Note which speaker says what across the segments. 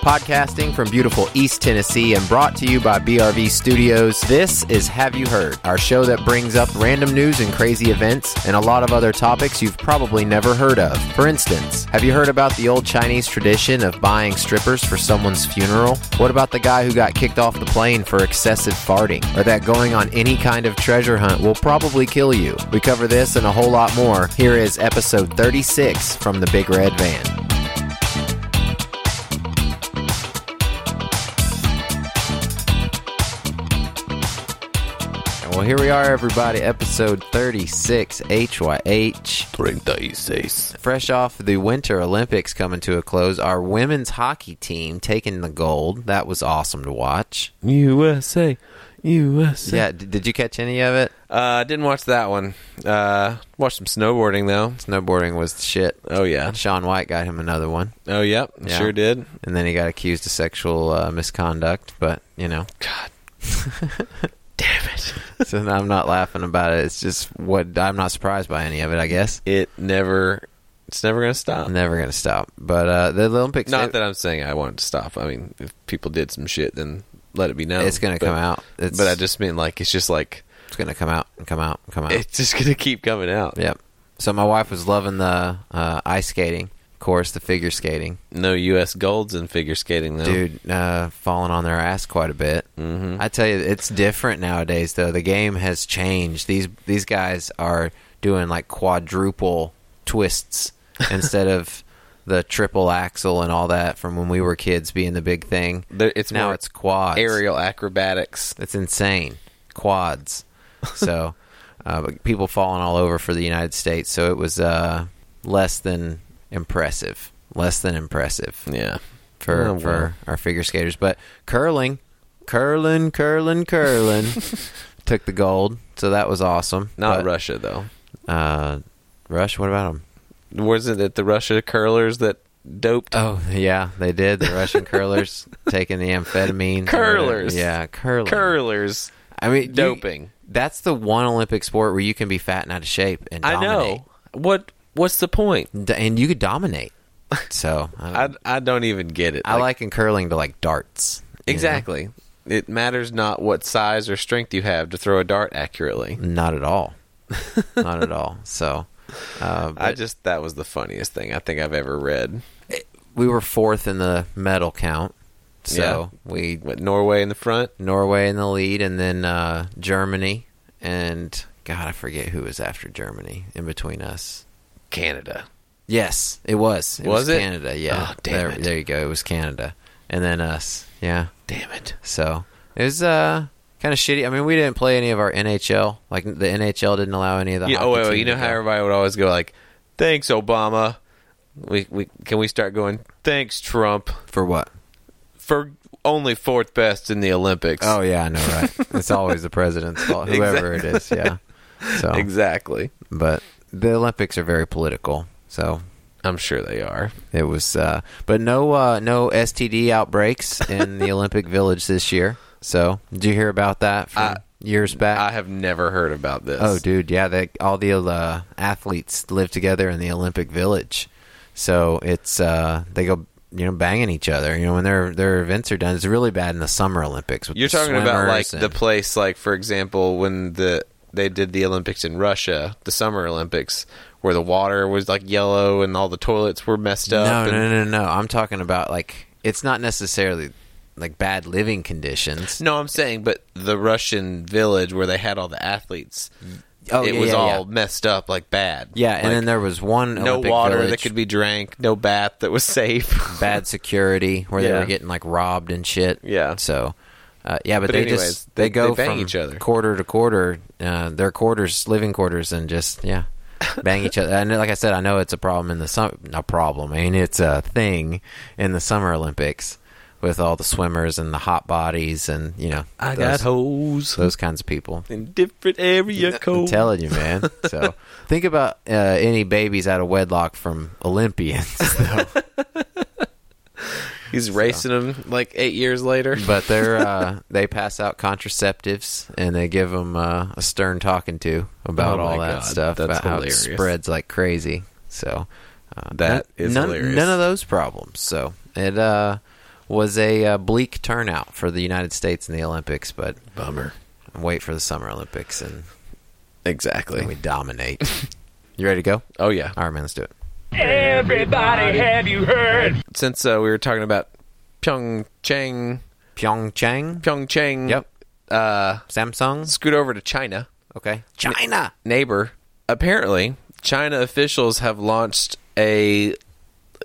Speaker 1: Podcasting from beautiful East Tennessee and brought to you by BRV Studios, this is Have You Heard, our show that brings up random news and crazy events and a lot of other topics you've probably never heard of. For instance, have you heard about the old Chinese tradition of buying strippers for someone's funeral? What about the guy who got kicked off the plane for excessive farting? Or that going on any kind of treasure hunt will probably kill you? We cover this and a whole lot more. Here is episode 36 from the Big Red Van. Well, here we are, everybody. Episode 36, HYH.
Speaker 2: 36.
Speaker 1: Fresh off the Winter Olympics coming to a close, our women's hockey team taking the gold. That was awesome to watch.
Speaker 2: USA. USA.
Speaker 1: Yeah, d- did you catch any of it?
Speaker 2: Uh, didn't watch that one. Uh, watched some snowboarding though.
Speaker 1: Snowboarding was the shit.
Speaker 2: Oh yeah.
Speaker 1: Uh, Sean White got him another one,
Speaker 2: Oh yep.
Speaker 1: Yeah.
Speaker 2: Sure did.
Speaker 1: and then he got accused of sexual uh, misconduct, but, you know.
Speaker 2: God. Damn it.
Speaker 1: so I'm not laughing about it. It's just what I'm not surprised by any of it, I guess.
Speaker 2: It never. It's never gonna stop.
Speaker 1: I'm never going to stop. But uh, the Olympics.
Speaker 2: Not
Speaker 1: it-
Speaker 2: that I'm saying I want it to stop. I mean, if people did some shit, then let it be known.
Speaker 1: It's gonna
Speaker 2: But-
Speaker 1: come out. It's-
Speaker 2: but I just mean like it's just like
Speaker 1: It's gonna come out and come out and come out.
Speaker 2: it's just gonna keep coming out.
Speaker 1: yep. So my wife was loving the uh, ice skating, of course, the figure skating.
Speaker 2: No U.S. golds in figure skating though.
Speaker 1: Dude, uh, falling on their ass quite a bit. Mm-hmm. I tell you, it's different nowadays. Though the game has changed. These these guys are doing like quadruple twists instead of the triple axle and all that from when we were kids being the big thing.
Speaker 2: There- it's
Speaker 1: now
Speaker 2: more
Speaker 1: it's quads.
Speaker 2: aerial acrobatics.
Speaker 1: That's insane. Quads. So, uh, but people falling all over for the United States. So it was uh, less than impressive. Less than impressive
Speaker 2: Yeah.
Speaker 1: for
Speaker 2: Oh,
Speaker 1: for
Speaker 2: well.
Speaker 1: our figure skaters. But curling, curling, curling, curling took the gold. So that was awesome.
Speaker 2: Not
Speaker 1: But,
Speaker 2: Russia though.
Speaker 1: Uh, Rush. What about them?
Speaker 2: Wasn't it the Russia curlers that doped?
Speaker 1: Oh yeah, they did. The Russian curlers taking the amphetamine.
Speaker 2: Curlers.
Speaker 1: Yeah, curling.
Speaker 2: curlers.
Speaker 1: I mean, you-
Speaker 2: Doping.
Speaker 1: that's the one Olympic sport where you can be fat and out of shape and
Speaker 2: I
Speaker 1: dominate.
Speaker 2: know. What What's the point?
Speaker 1: D- and you could dominate. So I, I,
Speaker 2: I, I don't even get it.
Speaker 1: liken curling to like darts. you know?
Speaker 2: exactly. It matters not what size or strength you have to throw a dart accurately.
Speaker 1: Not at all. Not at all. So uh,
Speaker 2: I
Speaker 1: but
Speaker 2: just that was the funniest thing I think I've ever read.
Speaker 1: we were fourth in the medal count. So we
Speaker 2: With Norway in the front,
Speaker 1: Norway in the lead, and then uh, Germany and God, I forget who was after Germany in between us.
Speaker 2: Canada.
Speaker 1: Yes, it was. It
Speaker 2: Was it?
Speaker 1: Canada? Yeah.
Speaker 2: Oh, damn
Speaker 1: there,
Speaker 2: it.
Speaker 1: there you go. It was Canada, and then us. Yeah.
Speaker 2: Damn it.
Speaker 1: So it was uh, kind of shitty. I mean, we didn't play any of our NHL. Like the NHL didn't allow any of the.
Speaker 2: Yeah,
Speaker 1: hockey
Speaker 2: oh, wait, wait,
Speaker 1: team
Speaker 2: you know
Speaker 1: to
Speaker 2: how
Speaker 1: go.
Speaker 2: everybody would always go like, "Thanks, Obama." We we can we start going? Thanks, Trump,
Speaker 1: for what?
Speaker 2: for only fourth best in the Olympics.
Speaker 1: Oh yeah, I know, right? it's always the president's fault, whoever it is. Yeah. So,
Speaker 2: exactly.
Speaker 1: but the Olympics are very political. So
Speaker 2: I'm sure they are.
Speaker 1: it was, uh, but no, uh, no STD outbreaks in the Olympic Village this year. So did you hear about that from
Speaker 2: I-
Speaker 1: years back?
Speaker 2: I have never heard about this.
Speaker 1: Oh, dude, yeah, they, all the uh, athletes live together in the Olympic Village, so it's uh, they go you know banging each other. You know when their their events are done, it's really bad in the Summer Olympics. With
Speaker 2: You're
Speaker 1: the
Speaker 2: talking about
Speaker 1: swimmers
Speaker 2: like the
Speaker 1: and-
Speaker 2: place, like for example, when the they did the Olympics in Russia, the Summer Olympics, where the water was like yellow and all the toilets were messed up.
Speaker 1: no,
Speaker 2: and,
Speaker 1: no, no, no. I'm talking about like it's not necessarily like bad living conditions.
Speaker 2: No, I'm saying, but the Russian village where they had all the athletes,
Speaker 1: Oh,
Speaker 2: it
Speaker 1: yeah,
Speaker 2: was
Speaker 1: yeah,
Speaker 2: all
Speaker 1: yeah.
Speaker 2: messed up, like bad.
Speaker 1: Yeah, and
Speaker 2: Like,
Speaker 1: then there was one
Speaker 2: no
Speaker 1: Olympic
Speaker 2: water
Speaker 1: Village,
Speaker 2: that could be drank, no bath that was safe.
Speaker 1: bad security where they
Speaker 2: Yeah.
Speaker 1: were getting like robbed and shit.
Speaker 2: Yeah.
Speaker 1: So, uh, yeah, but,
Speaker 2: But
Speaker 1: they
Speaker 2: anyways,
Speaker 1: just
Speaker 2: they-
Speaker 1: they, go
Speaker 2: they bang
Speaker 1: from
Speaker 2: each other.
Speaker 1: quarter to quarter, uh, their quarters, living quarters, and just yeah, bang each other. And like I said, I know it's a problem in the summer. A problem. I mean, it's a thing in the Summer Olympics. with all the swimmers and the hot bodies and you know
Speaker 2: I got
Speaker 1: those,
Speaker 2: hoes
Speaker 1: those kinds of people.
Speaker 2: in different area
Speaker 1: I'm
Speaker 2: code.
Speaker 1: telling you, man. So think about uh, any babies out of wedlock from Olympians, though.
Speaker 2: He's racing them like eight years later.
Speaker 1: but they're uh, they pass out contraceptives and they give them uh, a stern talking to about
Speaker 2: Oh my
Speaker 1: all that
Speaker 2: God,
Speaker 1: stuff
Speaker 2: that's
Speaker 1: about
Speaker 2: hilarious.
Speaker 1: how it spreads like crazy. So uh,
Speaker 2: That
Speaker 1: none-
Speaker 2: is
Speaker 1: none,
Speaker 2: hilarious.
Speaker 1: None of those problems. So it uh, was a uh, bleak turnout for the United States in the Olympics, but
Speaker 2: Bummer.
Speaker 1: wait for the Summer Olympics and
Speaker 2: Exactly.
Speaker 1: we dominate. you ready to go?
Speaker 2: Oh yeah.
Speaker 1: All right, man, let's do it.
Speaker 3: Everybody, have you heard?
Speaker 2: Since uh, we were talking about Pyeongchang,
Speaker 1: Pyeongchang.
Speaker 2: Pyeongchang.
Speaker 1: Yep.
Speaker 2: Uh,
Speaker 1: Samsung.
Speaker 2: scoot over to China.
Speaker 1: Okay. China.
Speaker 2: neighbor. Apparently, China officials have launched a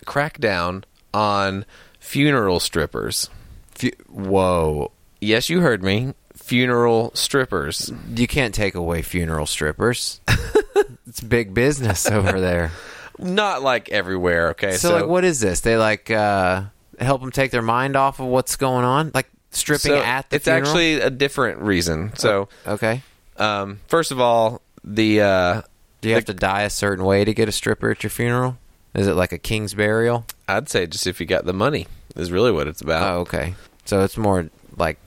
Speaker 2: crackdown on funeral strippers.
Speaker 1: Fu- Whoa.
Speaker 2: Yes, you heard me. Funeral strippers.
Speaker 1: You can't take away funeral strippers. it's big business over there.
Speaker 2: Not like everywhere, okay?
Speaker 1: So, like, what is this? They like uh, help them take their mind off of what's going on, like stripping
Speaker 2: so
Speaker 1: at the
Speaker 2: It's
Speaker 1: funeral?
Speaker 2: actually a different reason. So,
Speaker 1: okay.
Speaker 2: um, first of all, the uh,
Speaker 1: Do you have to die a certain way to get a stripper at your funeral? Is it like a king's burial?
Speaker 2: I'd say just if you got the money is really what it's
Speaker 1: Oh,
Speaker 2: about.
Speaker 1: okay. So it's more like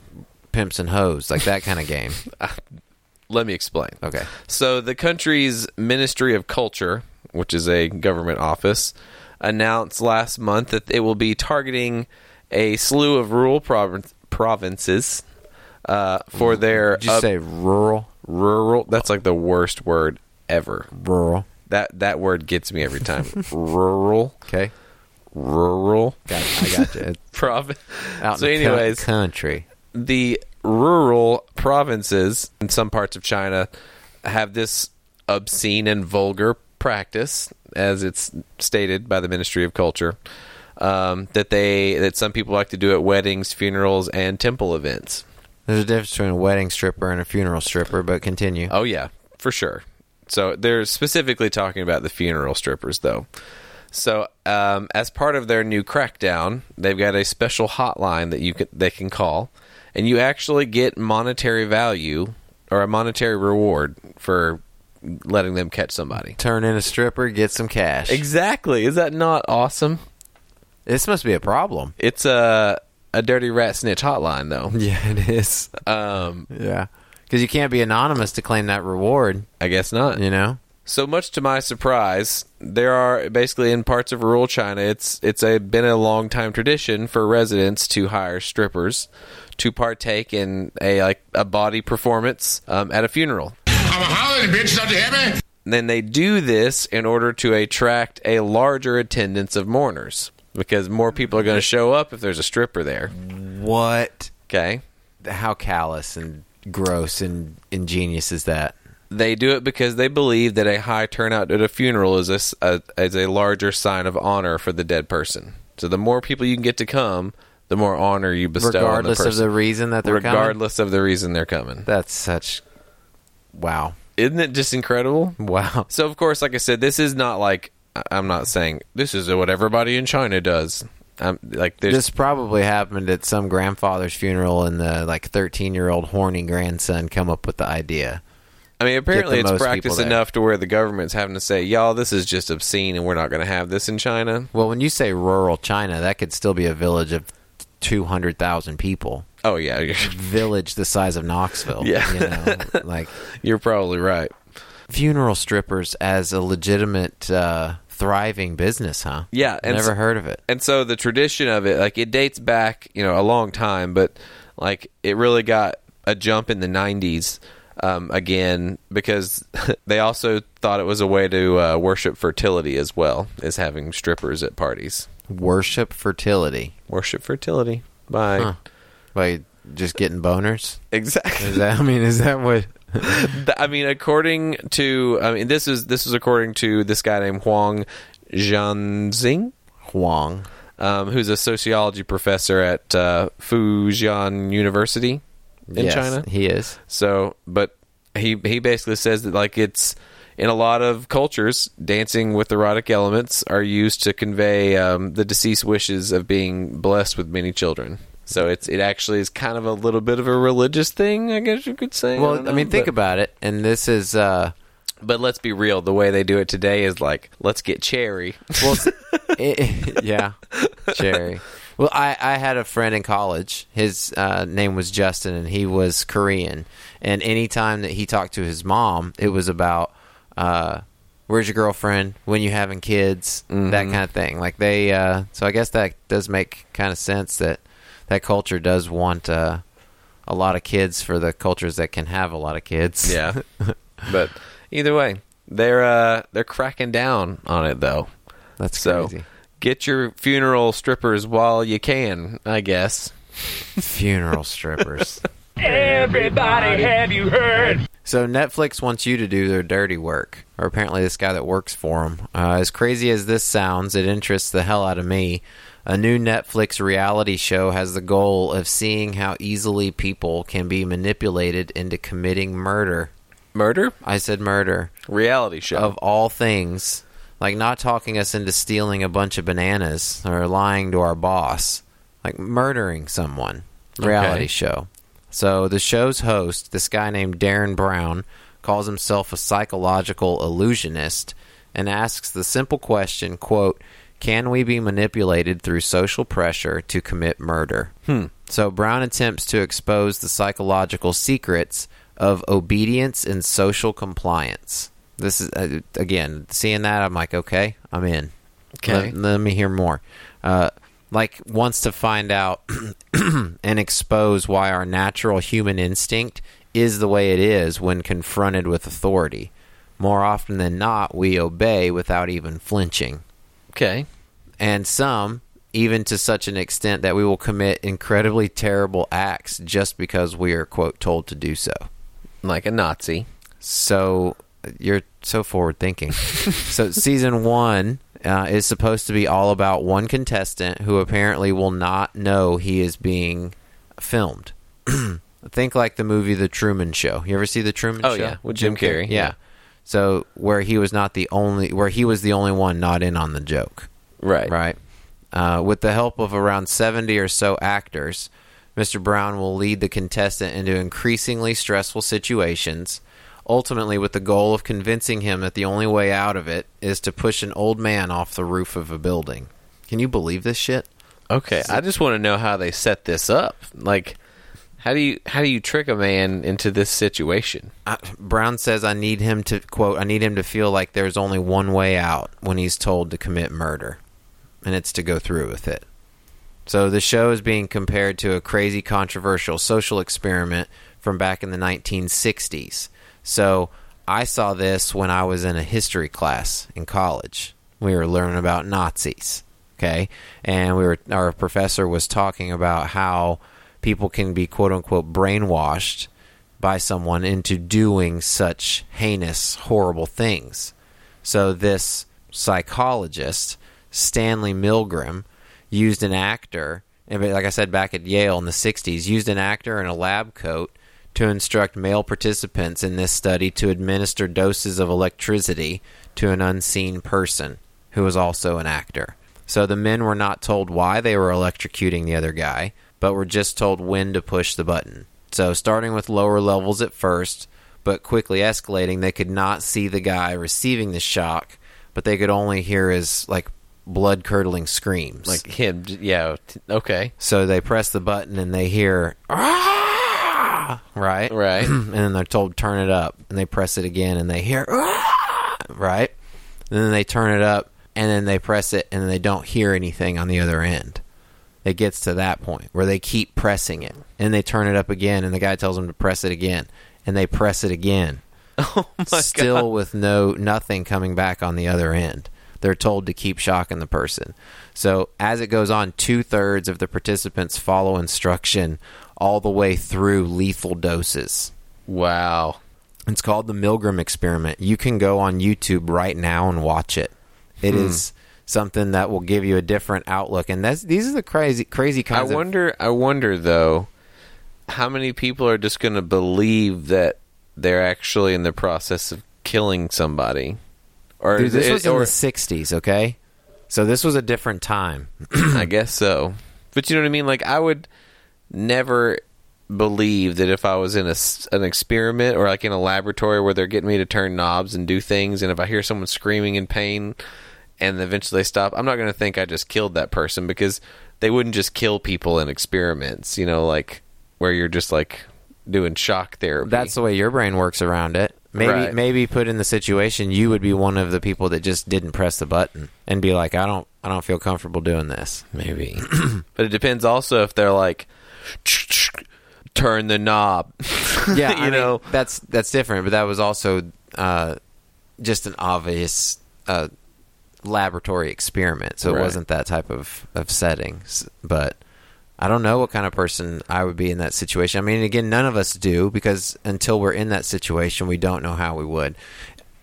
Speaker 1: pimps and hoes, like that kind of game.
Speaker 2: Let me explain.
Speaker 1: Okay.
Speaker 2: So the country's Ministry of Culture, which is a government office, announced last month that it will be targeting a slew of rural provin- provinces uh, for their
Speaker 1: Did you
Speaker 2: up-
Speaker 1: say rural?
Speaker 2: rural. That's like the worst word ever.
Speaker 1: Rural.
Speaker 2: That that word gets me every time. rural,
Speaker 1: Okay.
Speaker 2: rural
Speaker 1: Got I got you.
Speaker 2: province.
Speaker 1: Out
Speaker 2: so,
Speaker 1: in the co-
Speaker 2: anyways,
Speaker 1: country.
Speaker 2: the rural provinces in some parts of China have this obscene and vulgar practice, as it's stated by the Ministry of Culture, um, that they that some people like to do at weddings, funerals, and temple events.
Speaker 1: There's a difference between a wedding stripper and a funeral stripper, but continue.
Speaker 2: Oh yeah, for sure. So they're specifically talking about the funeral strippers, though. So um, as part of their new crackdown, they've got a special hotline that you can they can call, and you actually get monetary value or a monetary reward for letting them catch somebody.
Speaker 1: Turn in a stripper, get some cash.
Speaker 2: Exactly. Is that not awesome?
Speaker 1: this must be a problem.
Speaker 2: It's a a dirty rat snitch hotline though.
Speaker 1: Yeah, it is.
Speaker 2: Um,
Speaker 1: Yeah. Because you can't be anonymous to claim that reward,
Speaker 2: I guess not.
Speaker 1: you know?
Speaker 2: So much to my surprise, there are basically in parts of rural China, it's it's a, been a long time tradition for residents to hire strippers to partake in a like a body performance um, at a funeral.
Speaker 4: I'm a hollering bitch, don't you hear me?
Speaker 2: Then they do this in order to attract a larger attendance of mourners because more people are going to show up if there's a stripper there.
Speaker 1: What?
Speaker 2: Okay.
Speaker 1: How callous and gross and ingenious is that?
Speaker 2: They do it because they believe that a high turnout at a funeral is a, s- a- is a larger sign of honor for the dead person. So the more people you can get to come, the more honor you bestow
Speaker 1: Regardless
Speaker 2: on the
Speaker 1: of the
Speaker 2: person.
Speaker 1: reason that they're coming?
Speaker 2: regardless of the reason they're coming.
Speaker 1: That's such. Wow.
Speaker 2: Isn't it just incredible?
Speaker 1: Wow.
Speaker 2: So of course, like I said, this is not like I- I'm not saying this is what everybody in China does. I'm like there's
Speaker 1: This probably happened at some grandfather's funeral, and the like thirteen-year-old horny grandson come up with the idea.
Speaker 2: I mean, apparently
Speaker 1: the
Speaker 2: it's
Speaker 1: most people
Speaker 2: practice
Speaker 1: there.
Speaker 2: enough to where the government's having to say, "Y'all, this is just obscene, and we're not going to have this in China."
Speaker 1: Well, when you say rural China, that could still be a village of two hundred thousand people.
Speaker 2: Oh yeah, you're,
Speaker 1: Village the size of Knoxville.
Speaker 2: Yeah.
Speaker 1: you know, like
Speaker 2: you're probably right.
Speaker 1: funeral strippers as a legitimate, uh, thriving business, huh?
Speaker 2: Yeah, and
Speaker 1: never
Speaker 2: s-
Speaker 1: heard of it.
Speaker 2: and so the tradition of it like it dates back you know a long time but like it really got a jump in the 90s um, again because they also thought it was a way to uh, worship fertility as well as having strippers at parties
Speaker 1: Worship fertility
Speaker 2: worship fertility by
Speaker 1: by just getting boners.
Speaker 2: exactly
Speaker 1: Is that? I mean, is that what?
Speaker 2: Th- I mean, according to I mean this is this is according to this guy named Huang Zhanzing,
Speaker 1: Huang.
Speaker 2: um, who's a sociology professor at uh, Fujian University in
Speaker 1: Yes,
Speaker 2: China.
Speaker 1: he is.
Speaker 2: So, but he he basically says that like it's in a lot of cultures, dancing with erotic elements are used to convey um, the deceased wishes of being blessed with many children. So it's it actually is kind of a little bit of a religious thing, I guess you could say.
Speaker 1: Well, I,
Speaker 2: don't know,
Speaker 1: mean, think
Speaker 2: but-
Speaker 1: about it. And this is, uh,
Speaker 2: But let's be real. The way they do it today is like, let's get cherry.
Speaker 1: well, it's- it- yeah, Jerry. Well, I, I had a friend in college. His uh, name was Justin, and he was Korean. And any time that he talked to his mom, it was about uh, where's your girlfriend, when you having kids,
Speaker 2: Mm-hmm.
Speaker 1: that kind of thing. Like they, uh, so I guess that does make kind of sense that that culture does want uh, a lot of kids for the cultures that can have a lot of kids.
Speaker 2: Yeah. but either way, they're uh they're cracking down on it though.
Speaker 1: that's
Speaker 2: So
Speaker 1: crazy.
Speaker 2: get your funeral strippers while you can, I guess.
Speaker 1: Funeral strippers.
Speaker 3: Everybody, have you heard?
Speaker 1: So Netflix wants you to do their dirty work, or apparently this guy that works for them. Uh, as crazy as this sounds, it interests the hell out of me. A new Netflix reality show has the goal of seeing how easily people can be manipulated into committing murder.
Speaker 2: Murder?
Speaker 1: I said murder
Speaker 2: Reality show.
Speaker 1: of all things, like not talking us into stealing a bunch of bananas or lying to our boss, like murdering someone. Reality
Speaker 2: Okay.
Speaker 1: show. So the show's host, this guy named Darren Brown, calls himself a psychological illusionist and asks the simple question, quote, can we be manipulated through social pressure to commit murder? Hmm. So Brown attempts to expose the psychological secrets of obedience and social compliance. This is uh, again seeing that I'm like, okay, I'm in.
Speaker 2: Okay.
Speaker 1: let, let me hear more. Uh, like wants to find out and expose why our natural human instinct is the way it is when confronted with authority. More often than not, we obey without even flinching
Speaker 2: okay.
Speaker 1: and some even to such an extent that we will commit incredibly terrible acts just because we are quote told to do so
Speaker 2: Like a Nazi.
Speaker 1: so you're so forward thinking so season one uh, is supposed to be all about one contestant who apparently will not know he is being filmed think like the movie the truman show you ever see the truman
Speaker 2: Oh,
Speaker 1: show
Speaker 2: yeah, with Jim Carrey.
Speaker 1: yeah so where he was not the only where he was the only one not in on the joke
Speaker 2: Right.
Speaker 1: Right. Uh, with the help of around 70 or so actors, Mr. Brown will lead the contestant into increasingly stressful situations, ultimately, with the goal of convincing him that the only way out of it is to push an old man off the roof of a building. Can you believe this shit?
Speaker 2: Okay. I just want to know how they set this up. Like how do you how do you trick a man into this situation?
Speaker 1: I, Brown says, I need him to, quote, I need him to feel like there's only one way out when he's told to commit murder, and it's to go through with it. So the show is being compared to a crazy, controversial social experiment from back in the 1960s. So I saw this when I was in a history class in college. We were learning about Nazis, okay, and we were our professor was talking about how people can be quote unquote brainwashed by someone into doing such heinous, horrible things. So this psychologist, Stanley Milgram, used an actor, and like I said back at Yale in the 60s, used an actor in a lab coat to instruct male participants in this study to administer doses of electricity to an unseen person who was also an actor. So the men were not told why they were electrocuting the other guy, but were just told when to push the button. So starting with lower levels at first, but quickly escalating, they could not see the guy receiving the shock, but they could only hear his like blood curdling screams.
Speaker 2: Like him yeah, t- okay.
Speaker 1: So they press the button and they hear, "Ah!" right?
Speaker 2: Right.
Speaker 1: and then they're told, turn it up. And they press it again and they hear, "Ah!" right? And then they turn it up and then they press it and they don't hear anything on the other end. It gets to that point where they keep pressing it and they turn it up again and the guy tells them to press it again and they press it again still with no nothing coming back on the other end. They're told to keep shocking the person. So as it goes on, two thirds of the participants follow instruction all the way through lethal doses.
Speaker 2: Wow.
Speaker 1: It's called the Milgram experiment. You can go on YouTube right now and watch it. It
Speaker 2: Hmm.
Speaker 1: is something that will give you a different outlook. And that's these are the crazy crazy
Speaker 2: I
Speaker 1: kinds of
Speaker 2: wonder. I wonder though, how many people are just going to believe that they're actually in the process of killing somebody. Or,
Speaker 1: Dude, this
Speaker 2: it-
Speaker 1: was in
Speaker 2: or-
Speaker 1: the '60s, okay? So this was a different time.
Speaker 2: I
Speaker 1: Hmm.
Speaker 2: guess so. But you know what I mean? Like I would never believe that if I was in a s an experiment or like in a laboratory where they're getting me to turn knobs and do things, and if I hear someone screaming in pain and eventually they stop, I'm not going to think I just killed that person because they wouldn't just kill people in experiments. You know, like where you're just like doing shock therapy.
Speaker 1: That's the way your brain works around it. Maybe
Speaker 2: Right.
Speaker 1: maybe put in the situation you would be one of the people that just didn't press the button and be like, I don't I don't feel comfortable doing this.
Speaker 2: maybe, but it depends also if they're like. Turn the knob.
Speaker 1: Yeah,
Speaker 2: you
Speaker 1: I mean,
Speaker 2: know,
Speaker 1: that's that's different. But that was also uh, just an obvious uh, laboratory experiment, so
Speaker 2: Right.
Speaker 1: it wasn't that type of of setting. S- But I don't know what kind of person I would be in that situation. I mean, again, none of us do because until we're in that situation, we don't know how we would.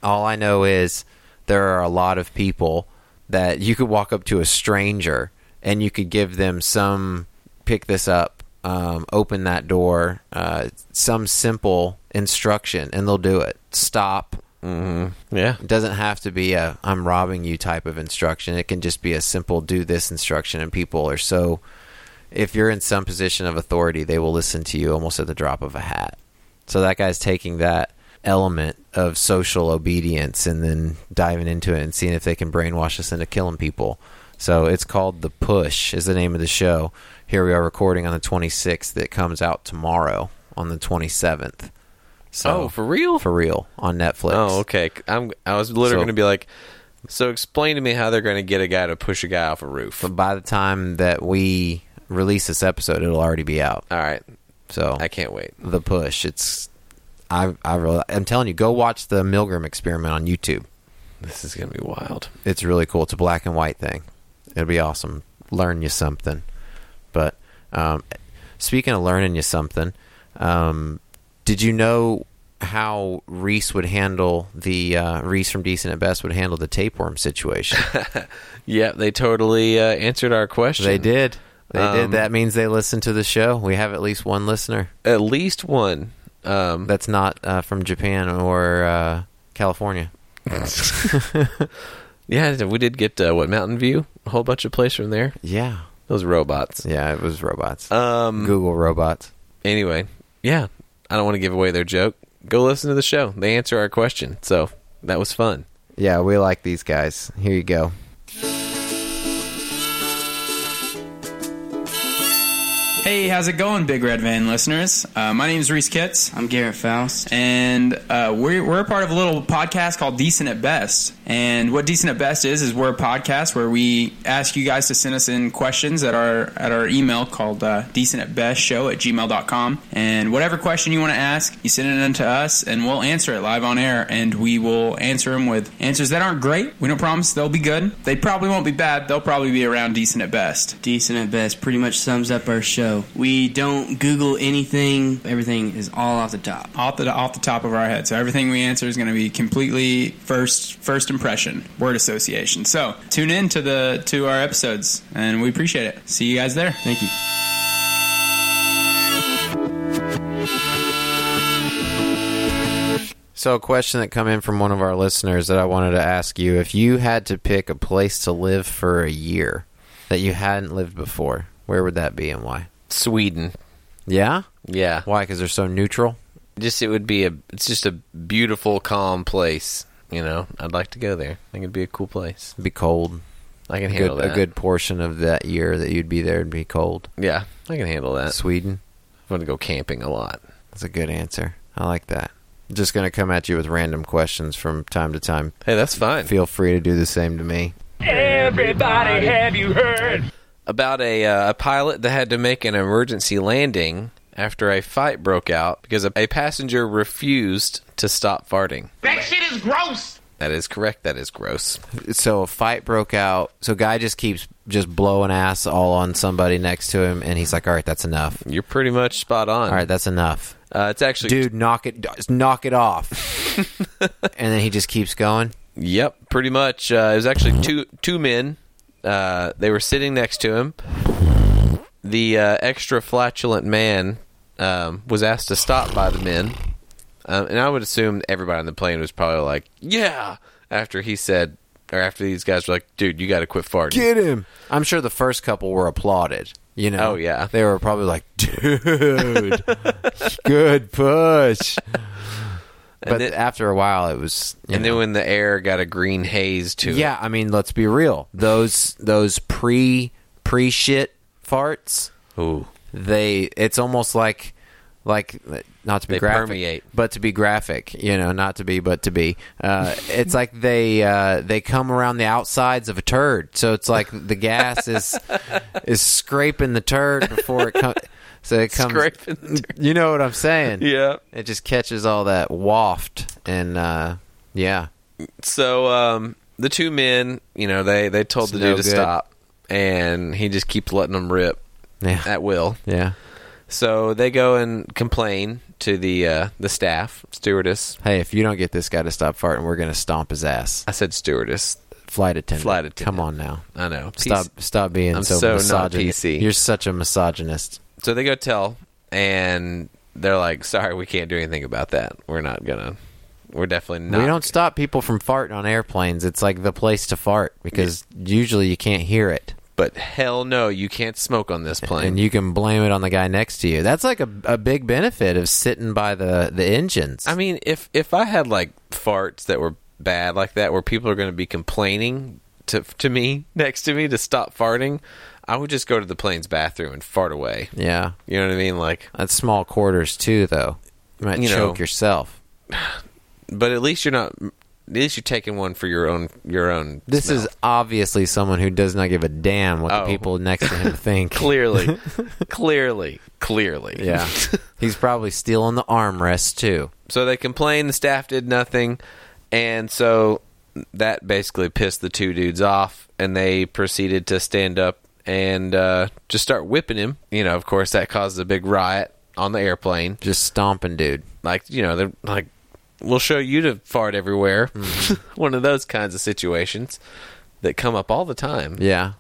Speaker 1: All I know is there are a lot of people that you could walk up to a stranger and you could give them some pick this up, um, open that door, uh, some simple instruction, and they'll do it. Stop.
Speaker 2: yeah.
Speaker 1: It doesn't have to be a I'm robbing you type of instruction. It can just be a simple do this instruction, and people are so. If you're in some position of authority, they will listen to you almost at the drop of a hat. So that guy's taking that element of social obedience and then diving into it and seeing if they can brainwash us into killing people. So it's called The Push, is the name of the show. Here we are recording on the 26th. It comes out tomorrow on the 27th. So
Speaker 2: Oh, for real?
Speaker 1: For real on Netflix.
Speaker 2: Oh, okay. I'm. I was literally
Speaker 1: So-
Speaker 2: going to be like, so explain to me how they're going to get a guy to push a guy off a roof.
Speaker 1: But by the time that we release this episode, it'll already be out.
Speaker 2: All right,
Speaker 1: So
Speaker 2: I can't wait.
Speaker 1: the push. It's I I really, I'm telling you, go watch the Milgram experiment on YouTube.
Speaker 2: This is going to be wild.
Speaker 1: It's really cool. It's a black and white thing. It'll be awesome. Learn you something. But um, speaking of learning you something, um, did you know how Reese would handle the uh, Reese from Decent at Best would handle the tapeworm situation?
Speaker 2: Yeah, they totally uh, answered our question.
Speaker 1: They did. They
Speaker 2: Um,
Speaker 1: did. That means they listened to the show. We have at least one listener
Speaker 2: at least one. Um,
Speaker 1: that's not uh, from Japan or uh, California.
Speaker 2: yeah, we did get uh, what Mountain View, a whole bunch of plays from there.
Speaker 1: Yeah.
Speaker 2: Those robots.
Speaker 1: Yeah, it was robots.
Speaker 2: Um.
Speaker 1: Google robots.
Speaker 2: Anyway, yeah, I don't want to give away their joke. Go listen to the show. They answer our question, so that was fun.
Speaker 1: Yeah, we like these guys. Here you go.
Speaker 5: Hey, how's it going, Big Red Van listeners? Uh, my name is Reese Kitts,
Speaker 6: I'm Garrett Faust.
Speaker 5: and uh, we're, we're a part of a little podcast called Decent at Best. And what Decent at Best is is we're a podcast where we ask you guys to send us in questions at our at our email called uh, Decent at Best Show at gmail.com. And whatever question you want to ask, you send it in to us, and we'll answer it live on air. And we will answer them with answers that aren't great. We don't promise they'll be good. They probably won't be bad. They'll probably be around decent at best.
Speaker 6: Decent at best pretty much sums up our show. We don't Google anything, everything is all off the top.
Speaker 5: off the off the top of our head. So everything we answer is going to be completely first first impression, word association. So tune in to the to our episodes, and we appreciate it. See you guys there.
Speaker 6: Thank you.
Speaker 1: So, a question that come in from one of our listeners that I wanted to ask you: If you had to pick a place to live for a year that you hadn't lived before, where would that be and why?
Speaker 2: Sweden.
Speaker 1: Yeah,
Speaker 2: Yeah.
Speaker 1: why? Because they're so neutral.
Speaker 2: just it would be a it's just a beautiful calm place you know i'd like to go there i think it'd be a cool place
Speaker 1: It'd be cold.
Speaker 2: i can
Speaker 1: A
Speaker 2: handle
Speaker 1: good, a
Speaker 2: that
Speaker 1: good portion of that year that you'd be there would be cold.
Speaker 2: yeah i can handle
Speaker 1: Uh,
Speaker 2: that
Speaker 1: Sweden.
Speaker 2: i'm gonna go camping a lot
Speaker 1: That's a good answer. I like that. Just going to come at you with random questions from time to time.
Speaker 2: hey that's fine
Speaker 1: Feel free to do the same to me.
Speaker 3: Everybody, have you heard?
Speaker 2: about a, uh, a pilot that had to make an emergency landing after a fight broke out because a, a passenger refused to stop farting
Speaker 4: That shit is gross.
Speaker 2: that is correct that is gross
Speaker 1: So a fight broke out. So guy just keeps just blowing ass all on somebody next to him, and he's like, "All right, that's enough.
Speaker 2: you're pretty much spot on
Speaker 1: All right, that's enough,
Speaker 2: uh, it's actually
Speaker 1: dude. Knock it, knock it off." and then he just keeps going.
Speaker 2: Yep, pretty much. Uh, it was actually two two men. Uh, they were sitting next to him. The uh, extra flatulent man um, was asked to stop by the men, Um, and I would assume everybody on the plane was probably like, "Yeah," after he said, or after these guys were like, "Dude, you got to quit farting."
Speaker 1: him. I'm sure the first couple were applauded. You know,
Speaker 2: Oh, yeah.
Speaker 1: they were probably like, dude, good push. But
Speaker 2: then-
Speaker 1: after a while, it was. you
Speaker 2: and
Speaker 1: know.
Speaker 2: then when the air got a green haze to it,
Speaker 1: yeah, I mean, let's be real. Those those pre pre shit farts.
Speaker 2: Ooh.
Speaker 1: they it's almost like like not to be
Speaker 2: They
Speaker 1: graphic
Speaker 2: permeate.
Speaker 1: but to be graphic you know not to be but to be uh, it's like they uh, they come around the outsides of a turd so it's like the gas is is scraping the turd before it comes so it comes
Speaker 2: Scraping the turd.
Speaker 1: you know what i'm saying
Speaker 2: Yeah.
Speaker 1: it just catches all that waft and uh, yeah
Speaker 2: So um, the two men, you know, they they told the
Speaker 1: It's no
Speaker 2: dude to
Speaker 1: good.
Speaker 2: stop, and he just keeps letting them rip
Speaker 1: Yeah.
Speaker 2: at will.
Speaker 1: yeah
Speaker 2: So they go and complain to the uh, the staff stewardess.
Speaker 1: hey if you don't get this guy to stop farting we're gonna stomp his ass
Speaker 2: I said stewardess.
Speaker 1: flight attendant
Speaker 2: Flight attendant.
Speaker 1: come on now
Speaker 2: I know.
Speaker 1: Stop! Stop being
Speaker 2: I'm
Speaker 1: so,
Speaker 2: so not
Speaker 1: misogynist.
Speaker 2: PC.
Speaker 1: You're such a misogynist.
Speaker 2: So they go tell, and they're like, "Sorry, we can't do anything about that. We're not gonna. We're definitely not.
Speaker 1: We don't stop people from farting on airplanes. It's like the place to fart because usually you can't hear it,
Speaker 2: But hell no, you can't smoke on this plane.
Speaker 1: and you can blame it on the guy next to you. That's like a, a big benefit of sitting by the the engines.
Speaker 2: I mean, if if I had like farts that were bad like that, where people are going to be complaining to to me next to me to stop farting, I would just go to the plane's bathroom and fart away.
Speaker 1: yeah,
Speaker 2: You know what I mean? Like,
Speaker 1: that's small quarters too, though. You might
Speaker 2: You know.
Speaker 1: choke yourself.
Speaker 2: but at least you're not. At least you're taking one for your own your own.
Speaker 1: This
Speaker 2: smell.
Speaker 1: is obviously someone who does not give a damn what
Speaker 2: Oh.
Speaker 1: the people next to him think.
Speaker 2: clearly, clearly, clearly.
Speaker 1: Yeah, he's probably stealing the armrest too.
Speaker 2: So they complained, the staff did nothing, and so that basically pissed the two dudes off, and they proceeded to stand up and uh, just start whipping him. You know, of course, that caused a big riot on the airplane.
Speaker 1: Just stomping, dude.
Speaker 2: Like, you know, they're like, we'll show you to fart everywhere. One of those kinds of situations that come up all the time.
Speaker 1: Yeah.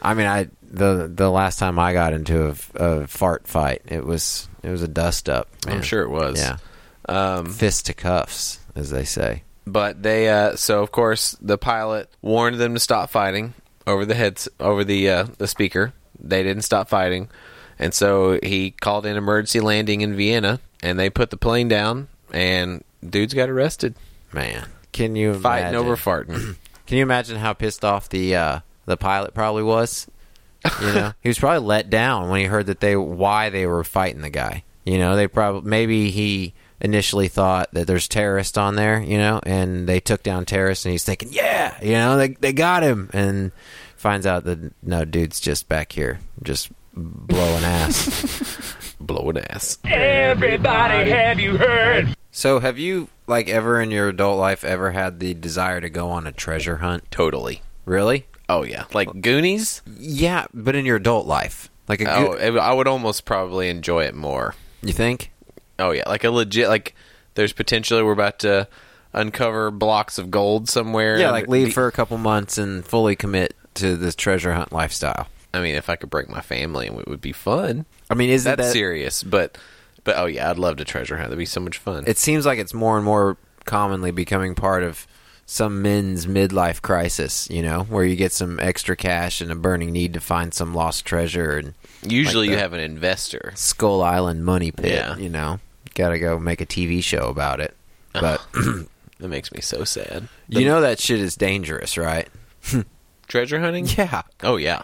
Speaker 1: I mean, I the the last time I got into a, a fart fight, it was it was a dust up.
Speaker 2: I'm
Speaker 1: man.
Speaker 2: sure it was.
Speaker 1: Yeah. Um, Fist to cuffs, as they say.
Speaker 2: but they uh so of course the pilot warned them to stop fighting over the heads over the uh the speaker they didn't stop fighting and so he called an emergency landing in vienna and they put the plane down and dudes got arrested
Speaker 1: Man, can you
Speaker 2: fighting
Speaker 1: imagine,
Speaker 2: over farting
Speaker 1: Can you imagine how pissed off the uh, the pilot probably was? You know, he was probably let down when he heard that they why they were fighting the guy. You know, they probably maybe he initially thought that there's terrorists on there. You know, and they took down terrorists, and he's thinking, yeah, you know, they they got him, and finds out that no, dude's just back here, just blowing ass.
Speaker 2: blowing ass
Speaker 3: Everybody, have you heard?
Speaker 1: so, have you like ever in your adult life ever had the desire to go on a treasure hunt?
Speaker 2: totally
Speaker 1: Really?
Speaker 2: oh yeah like goonies
Speaker 1: Yeah, but in your adult life, like a
Speaker 2: oh it- i would almost probably enjoy it more
Speaker 1: You think?
Speaker 2: oh yeah like a legit like there's potentially we're about to uncover blocks of gold somewhere
Speaker 1: Yeah,
Speaker 2: and
Speaker 1: like
Speaker 2: the-
Speaker 1: leave for a couple months and fully commit to this treasure hunt lifestyle.
Speaker 2: I mean, if I could break my family, it would be fun.
Speaker 1: I mean, isn't
Speaker 2: That's
Speaker 1: that
Speaker 2: serious, but but oh yeah, I'd love to treasure hunt. That'd be so much fun.
Speaker 1: It seems like it's more and more commonly becoming part of some men's midlife crisis. You know, where you get some extra cash and a burning need to find some lost treasure and
Speaker 2: Usually,
Speaker 1: like
Speaker 2: you
Speaker 1: the-
Speaker 2: have an investor.
Speaker 1: Skull Island money pit.
Speaker 2: Yeah.
Speaker 1: You know, got to go make a TV show about it. But
Speaker 2: That makes me so sad.
Speaker 1: you know that shit is dangerous, right?
Speaker 2: Treasure hunting?
Speaker 1: Yeah.
Speaker 2: Oh yeah.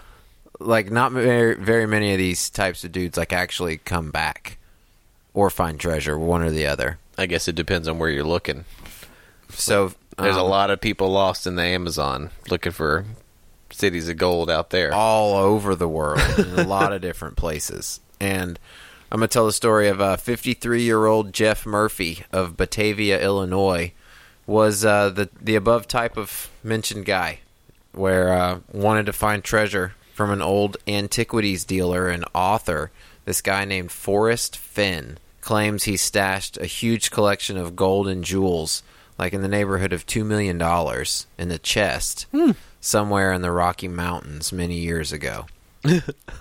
Speaker 1: like not very, very many of these types of dudes like actually come back or find treasure one or the other
Speaker 2: I guess it depends on where you're looking.
Speaker 1: so
Speaker 2: There's a
Speaker 1: um,
Speaker 2: lot of people lost in the Amazon looking for cities of gold out there.
Speaker 1: all over the world in a lot of different places and i'm going to tell the story of uh, 53 year old jeff murphy of batavia illinois was uh, the, the above type of mentioned guy where uh, wanted to find treasure from an old antiquities dealer and author. This guy named Forrest Finn claims he stashed a huge collection of gold and jewels, like in the neighborhood of two million dollars, in the chest somewhere in the Rocky Mountains many years ago.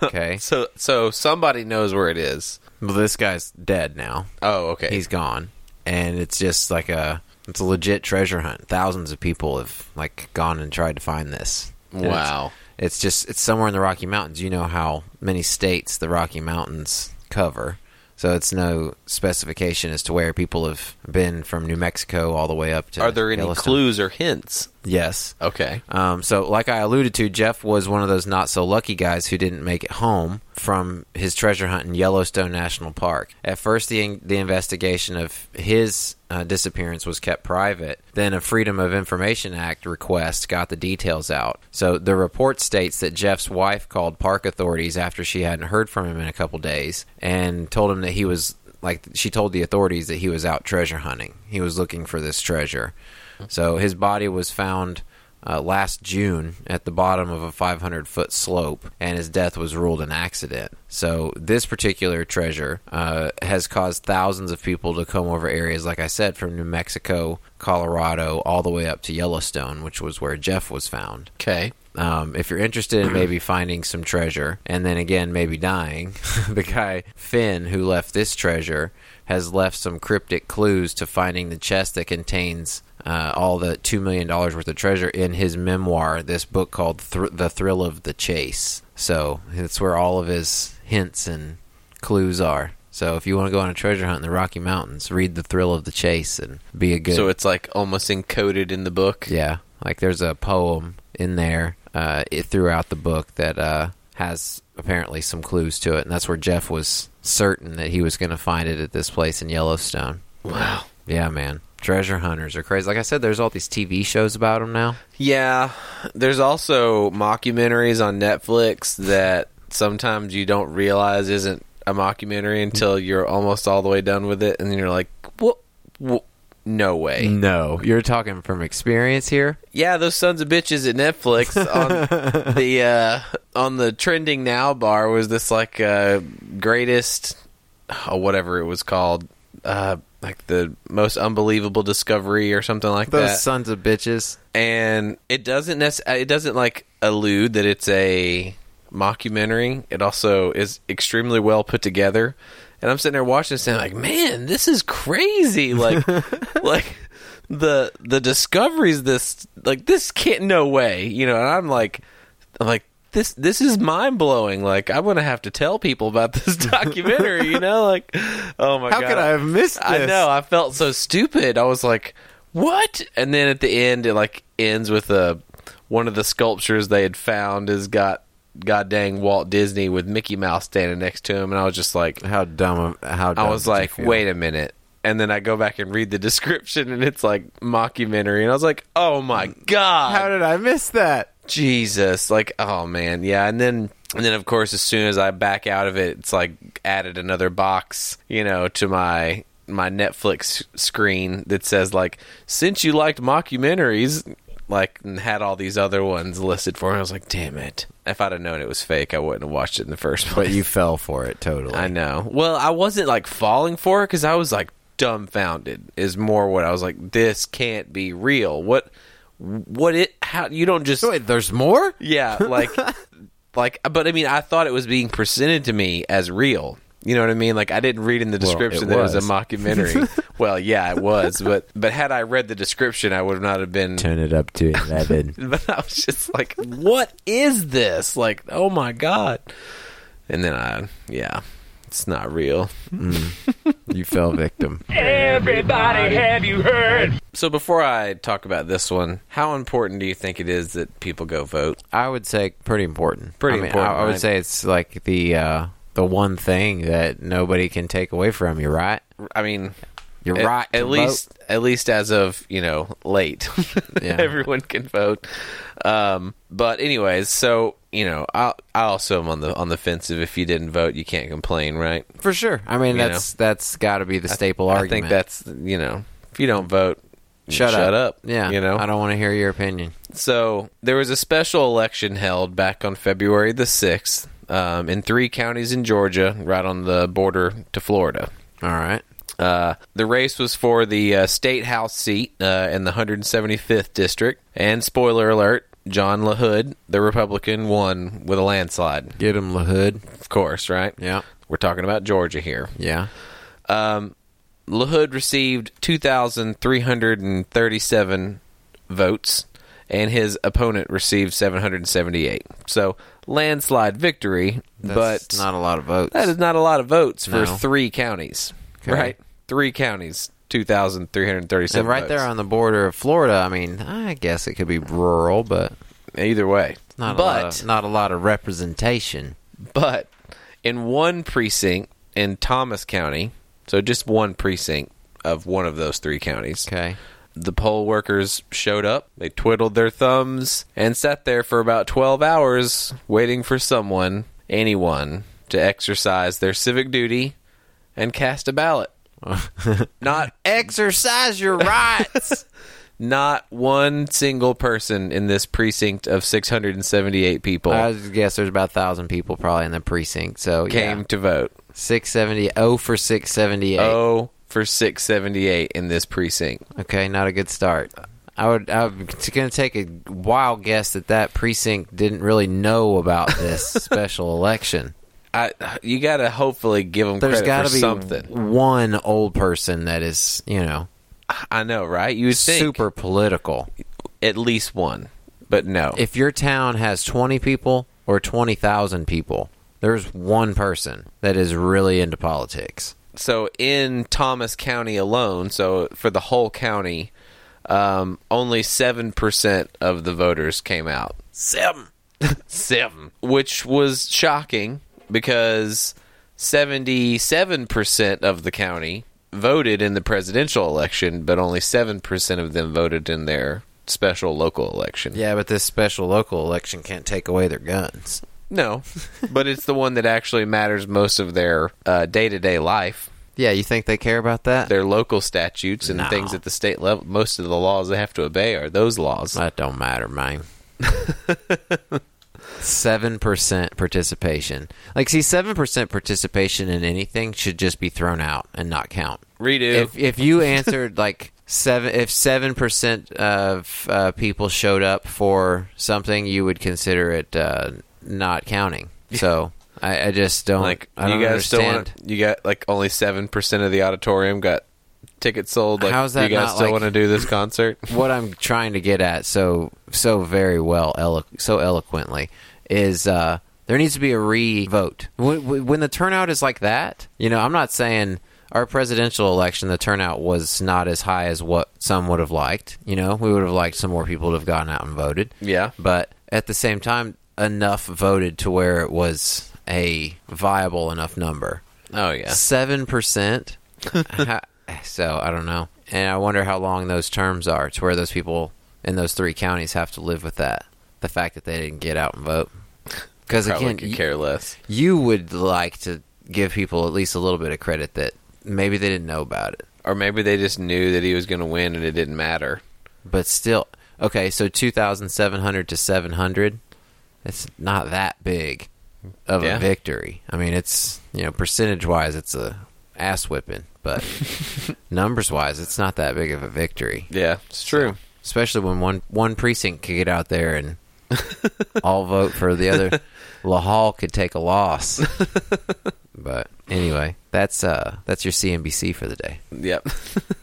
Speaker 1: Okay,
Speaker 2: So so somebody knows where it is.
Speaker 1: well, this guy's dead now.
Speaker 2: Oh okay.
Speaker 1: He's gone. and it's just like a it's a legit treasure hunt. Thousands of people have like gone and tried to find this. And it's-
Speaker 2: Wow.
Speaker 1: It's, just it's somewhere in the Rocky Mountains. You know how many states the Rocky Mountains cover. So it's no specification as to where people have been from New Mexico all the way up to
Speaker 2: Are there any
Speaker 1: Yellowstone.
Speaker 2: clues or hints?
Speaker 1: Yes.
Speaker 2: Okay.
Speaker 1: Um, so, like I alluded to, Jeff was one of those not so lucky guys who didn't make it home from his treasure hunt in Yellowstone National Park. At first, the the investigation of his uh, disappearance was kept private. Then, a Freedom of Information Act request got the details out. So, the report states that Jeff's wife called park authorities after she hadn't heard from him in a couple days and told him that he was like she told the authorities that he was out treasure hunting. He was looking for this treasure. So his body was found uh, last June at the bottom of a 500 foot slope, and his death was ruled an accident. So, this particular treasure uh, has caused thousands of people to come over areas, like I said, from New Mexico, Colorado, all the way up to Yellowstone, which was where Jeff was found.
Speaker 2: Okay.
Speaker 1: Um, if you're interested in maybe finding some treasure, and then again, maybe dying, the guy Finn who left this treasure has left some cryptic clues to finding the chest that contains uh, all the $2 million worth of treasure in his memoir, this book called Thr The Thrill of the Chase. So it's where all of his hints and clues are. So if you want to go on a treasure hunt in the Rocky Mountains, read The Thrill of the Chase and be a good.
Speaker 2: So it's like almost encoded in the book.
Speaker 1: Yeah, like there's a poem in there uh, it, throughout the book that uh, has apparently some clues to it, and that's where Jeff was certain that he was going to find it at this place in Yellowstone.
Speaker 2: Wow.
Speaker 1: Yeah, man, treasure hunters are crazy. Like I said, there's all these TV shows about them now.
Speaker 2: Yeah. There's also mockumentaries on Netflix that sometimes you don't realize isn't a mockumentary until you're almost all the way done with it, and then you're like, "What? what? No way!"
Speaker 1: No, you're talking from experience here.
Speaker 2: Yeah, those sons of bitches at Netflix on the uh, on the trending now bar was this like uh, greatest, oh, whatever it was called, uh, like the most unbelievable discovery or something like
Speaker 1: Those
Speaker 2: that
Speaker 1: sons of bitches.
Speaker 2: and it doesn't nec- it doesn't like allude that it's a mockumentary. It also is extremely well put together. And I'm sitting there watching this and I'm like, man, this is crazy. Like like the the discoveries this like this can't no way. You know, and I'm like I'm like this this is mind blowing. Like I'm gonna have to tell people about this documentary, you know? Like oh my
Speaker 1: How
Speaker 2: god.
Speaker 1: could I have missed this?
Speaker 2: I know. I felt so stupid. I was like, "What?" And then at the end, it like ends with a one of the sculptures they had found has got god dang Walt Disney with Mickey Mouse standing next to him, and I was just like,
Speaker 1: How dumb! of- How dumb
Speaker 2: I was
Speaker 1: did you
Speaker 2: like,
Speaker 1: feel?
Speaker 2: "Wait a minute." And then I go back and read the description, and it's like mockumentary, and I was like, "Oh my god!"
Speaker 1: How did I miss that?
Speaker 2: Jesus, like oh man, yeah, and then and then of course as soon as I back out of it, it's like added another box, you know, to my my Netflix screen that says like since you liked mockumentaries, like and had all these other ones listed for me. I was like, damn it! If I'd have known it was fake, I wouldn't have watched it in the first place.
Speaker 1: But you fell for it totally.
Speaker 2: I know. Well, I wasn't like falling for it because I was like dumbfounded. Is more what I was like. This can't be real. What? What it? How you don't just
Speaker 1: Wait, there's more.
Speaker 2: yeah, like like but I mean I thought it was being presented to me as real. You know what I mean? Like I didn't read in the description
Speaker 1: it
Speaker 2: that it was
Speaker 1: was.
Speaker 2: a mockumentary. well, yeah, it was, but but had I read the description I would not have been
Speaker 1: Turn it up to eleven.
Speaker 2: but I was just like, "What is this?" Like, "Oh my god." And then I yeah, it's not real.
Speaker 1: you fell victim.
Speaker 3: Everybody, have you heard?
Speaker 2: So before I talk about this one, how important do you think it is that people go vote?
Speaker 1: I would say pretty important.
Speaker 2: Pretty
Speaker 1: I mean,
Speaker 2: important,
Speaker 1: I, I would
Speaker 2: right?
Speaker 1: say it's like the uh, the one thing that nobody can take away from you, right?
Speaker 2: I mean,
Speaker 1: You're
Speaker 2: At-
Speaker 1: right.
Speaker 2: At
Speaker 1: to
Speaker 2: least, at least as of you know, late.
Speaker 1: Yeah.
Speaker 2: Everyone can vote. Um, but anyways, so you know, I I also am on the on the fence of if you didn't vote, you can't complain, right?
Speaker 1: vote. for sure. I mean,
Speaker 2: You
Speaker 1: that's that's got to be the staple
Speaker 2: I
Speaker 1: argument.
Speaker 2: think that's you know, if you don't vote,
Speaker 1: shut,
Speaker 2: shut up.
Speaker 1: Yeah,
Speaker 2: you know,
Speaker 1: I don't want to hear your opinion.
Speaker 2: So there was a special election held back on February the sixth um, in three counties in Georgia, right on the border to Florida.
Speaker 1: All right.
Speaker 2: Uh, the race was for the uh, state house seat uh, in the 175th district. And spoiler alert: John LaHood, the Republican, won with a landslide.
Speaker 1: Get him, LaHood.
Speaker 2: Of course, right?
Speaker 1: Yeah.
Speaker 2: We're talking about Georgia here.
Speaker 1: Yeah.
Speaker 2: Um, La Hood received 2,337 votes, and his opponent received 778. So, landslide victory,
Speaker 1: That's
Speaker 2: but
Speaker 1: not a lot of votes.
Speaker 2: that is not a lot of votes
Speaker 1: No.
Speaker 2: for three counties,
Speaker 1: Okay.
Speaker 2: right? Three counties, 2,337
Speaker 1: and right there
Speaker 2: votes.
Speaker 1: on the border of Florida. I mean, I guess it could be rural, but
Speaker 2: Either way.
Speaker 1: not
Speaker 2: but,
Speaker 1: a lot of, not a lot of representation.
Speaker 2: But in one precinct in Thomas County, so just one precinct of one of those three counties,
Speaker 1: Okay.
Speaker 2: the poll workers showed up. They twiddled their thumbs and sat there for about 12 hours waiting for someone, anyone, to exercise their civic duty and cast a ballot. not
Speaker 1: Exercise your rights.
Speaker 2: not one single person in this precinct of 678 people
Speaker 1: I guess there's about thousand people probably in the precinct. So
Speaker 2: came
Speaker 1: yeah.
Speaker 2: to vote.
Speaker 1: six seventy oh for six seventy eight.
Speaker 2: Oh for 678 in this precinct.
Speaker 1: Okay, not a good start. I would. I'm going to take a wild guess that that precinct didn't really know about this special election.
Speaker 2: I you got to hopefully give them
Speaker 1: There's got
Speaker 2: credit
Speaker 1: to
Speaker 2: for
Speaker 1: be
Speaker 2: something.
Speaker 1: one old person that is, you know,
Speaker 2: I know, right? You would think
Speaker 1: super political.
Speaker 2: at least one. But no.
Speaker 1: If your town has 20 people or 20,000 people, there's one person that is really into politics.
Speaker 2: so in Thomas County alone, so for the whole county, um, only seven percent of the voters came out. Seven, seven, which was shocking because seventy-seven percent of the county voted in the presidential election, but only seven percent of them voted in their special local election.
Speaker 1: Yeah, but this special local election can't take away their guns.
Speaker 2: No, but it's the one that actually matters most of their uh, day-to-day life.
Speaker 1: Yeah, you think they care about that?
Speaker 2: their local statutes and things at the state level. Most of the laws they have to obey are those laws.
Speaker 1: That don't matter, man. Seven percent participation. Like, see, seven percent participation in anything should just be thrown out and not count.
Speaker 2: Redo.
Speaker 1: If if you answered like seven, if seven percent of uh, people showed up for something, you would consider it uh, not counting. So I, I just don't
Speaker 2: like
Speaker 1: I don't
Speaker 2: you guys still
Speaker 1: understand.
Speaker 2: want you got like only seven percent of the auditorium got tickets sold. Like,
Speaker 1: How is that
Speaker 2: you guys
Speaker 1: not,
Speaker 2: still
Speaker 1: like-
Speaker 2: want to do this concert?
Speaker 1: what I'm trying to get at so so very well elo- so eloquently is uh, there needs to be a re-vote when, when the turnout is like that. You know, I'm not saying our presidential election the turnout was not as high as what some would have liked. You know, we would have liked some more people to have gone out and voted.
Speaker 2: Yeah.
Speaker 1: but at the same time, enough voted to where it was a viable enough number
Speaker 2: oh yeah.
Speaker 1: seven percent. so I don't know, and I wonder how long those terms are. To where those people in those three counties have to live with that, the fact that they didn't get out and vote. Because
Speaker 2: Probably
Speaker 1: again,
Speaker 2: could
Speaker 1: you,
Speaker 2: care less.
Speaker 1: you would like to give people at least a little bit of credit that maybe they didn't know about it,
Speaker 2: Or maybe they just knew that he was going to win and it didn't matter.
Speaker 1: but still, okay. So two thousand seven hundred to seven hundred, it's not that big of
Speaker 2: Yeah.
Speaker 1: a victory. I mean, it's you know percentage wise, it's a ass whipping, but numbers wise, it's not that big of a victory.
Speaker 2: Yeah, it's true.
Speaker 1: Especially when one one precinct could get out there and all vote for the other. La Hall could take a loss. but anyway, that's uh that's your CNBC for the day.
Speaker 2: Yep.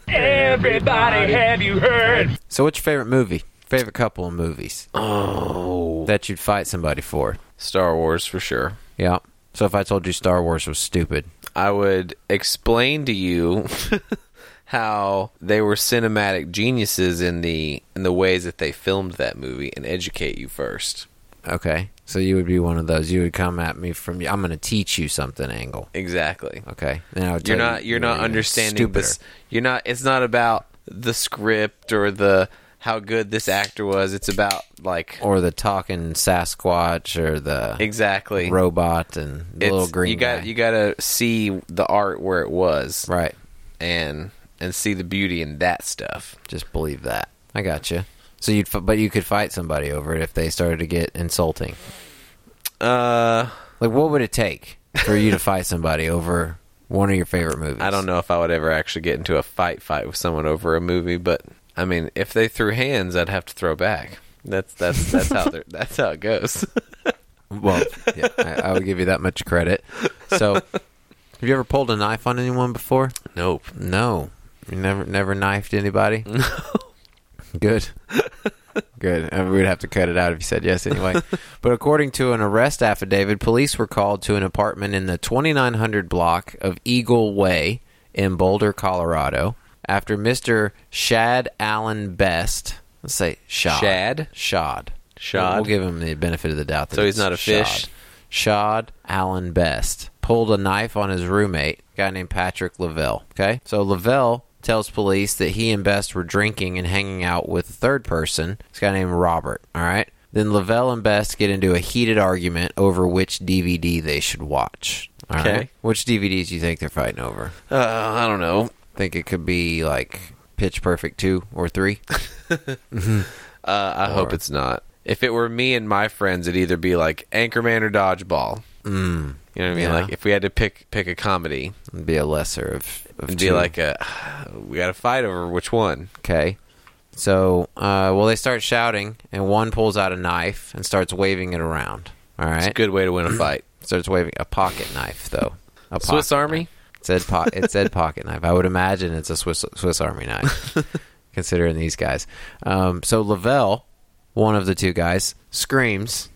Speaker 3: Everybody, have you heard?
Speaker 1: So, what's your favorite movie? Favorite couple of movies? Oh, that you'd fight somebody for.
Speaker 2: Star Wars for sure.
Speaker 1: Yeah. So if I told you Star Wars was stupid,
Speaker 2: I would explain to you how they were cinematic geniuses in the in the ways that they filmed that movie and educate you first.
Speaker 1: okay. So you would be one of those. You would come at me from I'm going to teach you something angle.
Speaker 2: Exactly.
Speaker 1: Okay. Then I would
Speaker 2: You're
Speaker 1: tell
Speaker 2: not
Speaker 1: you
Speaker 2: you're not
Speaker 1: even
Speaker 2: understanding
Speaker 1: stupider.
Speaker 2: this. You're not it's not about the script or the how good this actor was. It's about like
Speaker 1: or the talking Sasquatch or the
Speaker 2: exactly
Speaker 1: robot and the
Speaker 2: It's-
Speaker 1: little green
Speaker 2: You got
Speaker 1: guy.
Speaker 2: you got to see the art where it was
Speaker 1: right.
Speaker 2: and and see the beauty in that stuff.
Speaker 1: Just believe that. I got you. So you'd f- but you could fight somebody over it if they started to get insulting.
Speaker 2: Uh
Speaker 1: Like what would it take for you to fight somebody over one of your favorite movies?
Speaker 2: I don't know if I would ever actually get into a fight fight with someone over a movie, but I mean, if they threw hands, I'd have to throw back. That's that's that's how they're- that's how it goes.
Speaker 1: Well, yeah, I, I would give you that much credit. So, Have you ever pulled a knife on anyone before?
Speaker 2: Nope.
Speaker 1: No. You never never knifed anybody? Good. Good. Uh, We'd have to cut it out if you said yes anyway. but according to an arrest affidavit, police were called to an apartment in the 2900 block of Eagle Way in Boulder, Colorado, after Mr. Shad Allen Best. Let's say Shad.
Speaker 2: Shad?
Speaker 1: Shad.
Speaker 2: Shad.
Speaker 1: We'll give him the benefit of the doubt. That
Speaker 2: So he's
Speaker 1: it's
Speaker 2: not a fish?
Speaker 1: Shad. Shad Allen Best pulled a knife on his roommate, a guy named Patrick Lavelle. Okay, so Lavelle tells police that he and Best were drinking and hanging out with a third person, this guy named Robert. All right. Then Lavelle and Best get into a heated argument over which DVD they should watch. All
Speaker 2: Okay.
Speaker 1: right? Which DVDs do you think they're fighting over?
Speaker 2: Uh, I don't know.
Speaker 1: Think it could be like Pitch Perfect 2 or 3?
Speaker 2: Uh, I hope it's not. If it were me and my friends, it'd either be like Anchorman or Dodgeball. Mm. You know what I mean?
Speaker 1: yeah.
Speaker 2: Like if we had to pick pick a comedy,
Speaker 1: It'd be a lesser of, of
Speaker 2: it'd
Speaker 1: two.
Speaker 2: be like a we got to fight over which one.
Speaker 1: Okay. So, uh, well, they start shouting, and one pulls out a knife and starts waving it around. All right.
Speaker 2: It's a good way to win a fight.
Speaker 1: Starts waving a pocket knife, though. A
Speaker 2: Swiss
Speaker 1: pocket
Speaker 2: Army.
Speaker 1: knife. It said, po- it said pocket knife. I would imagine it's a Swiss, Swiss Army knife, considering these guys. Um, so, Lavelle, one of the two guys, screams,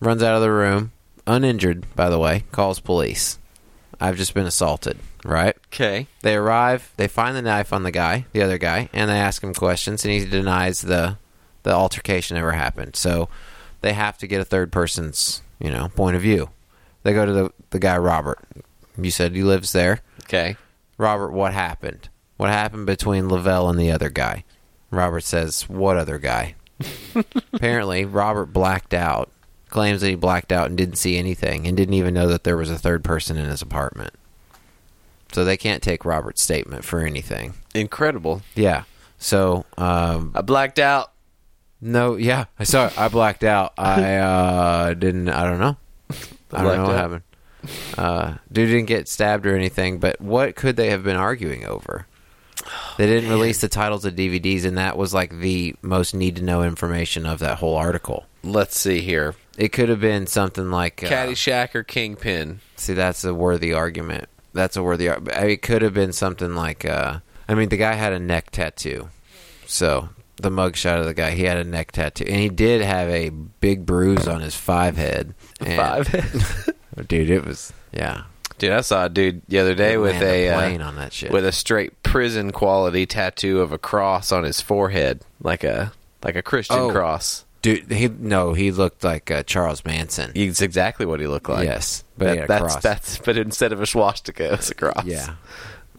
Speaker 1: runs out of the room, uninjured, by the way, calls police. I've just been assaulted, right?
Speaker 2: Okay.
Speaker 1: They arrive, they find the knife on the guy, the other guy, and they ask him questions, and he denies the the altercation ever happened. So they have to get a third person's, you know, point of view. They go to the the guy Robert. You said he lives there.
Speaker 2: Okay.
Speaker 1: Robert, what happened? What happened between Lavelle and the other guy? Robert says, What other guy? Apparently, Robert blacked out, claims that he blacked out and didn't see anything and didn't even know that there was a third person in his apartment. So they can't take Robert's statement for anything.
Speaker 2: Incredible.
Speaker 1: Yeah. So, um,
Speaker 2: I blacked out.
Speaker 1: no, yeah, I saw it. I blacked out. I uh, didn't. I don't know. I don't
Speaker 2: Blacked
Speaker 1: know what
Speaker 2: out.
Speaker 1: happened. Uh, dude didn't get stabbed or anything. But what could they have been arguing over?
Speaker 2: Oh,
Speaker 1: They didn't release the titles of DVDs, and that was like the most need to know information of that whole article.
Speaker 2: Let's see here.
Speaker 1: It could have been something like uh,
Speaker 2: Caddyshack or Kingpin.
Speaker 1: See, that's a worthy argument. That's a worthy. Ar- I mean, it could have been something like. Uh, I mean, the guy had a neck tattoo, so the mugshot of the guy, he had a neck tattoo, and he did have a big bruise on his five head. And- dude. It was yeah.
Speaker 2: Dude, I saw a dude the other day
Speaker 1: It
Speaker 2: with
Speaker 1: landed
Speaker 2: a uh,
Speaker 1: Oh, plane on that shit.
Speaker 2: with a straight prison quality tattoo of a cross on his forehead, like a like a Christian
Speaker 1: Oh.
Speaker 2: cross.
Speaker 1: Dude, he no, he looked like uh, Charles Manson.
Speaker 2: It's exactly what he looked like.
Speaker 1: Yes, but
Speaker 2: but
Speaker 1: he had a
Speaker 2: that's
Speaker 1: cross.
Speaker 2: that's. But instead of a swastika, it was a cross.
Speaker 1: Yeah,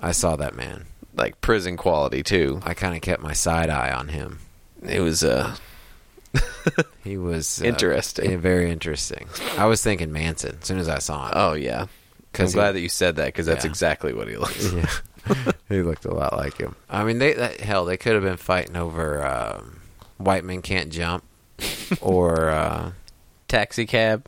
Speaker 1: I saw that man.
Speaker 2: like prison quality too.
Speaker 1: I kind of kept my side eye on him.
Speaker 2: It was uh,
Speaker 1: He was uh,
Speaker 2: Interesting.
Speaker 1: yeah, very interesting. I was thinking Manson as soon as I saw him.
Speaker 2: oh yeah. I'm
Speaker 1: 'Cause he-
Speaker 2: glad that you said that because that's
Speaker 1: Yeah.
Speaker 2: exactly what he looks.
Speaker 1: Yeah, he looked a lot like him. I mean, they that, hell, they could have been fighting over um, white men can't jump or uh,
Speaker 2: Taxi cab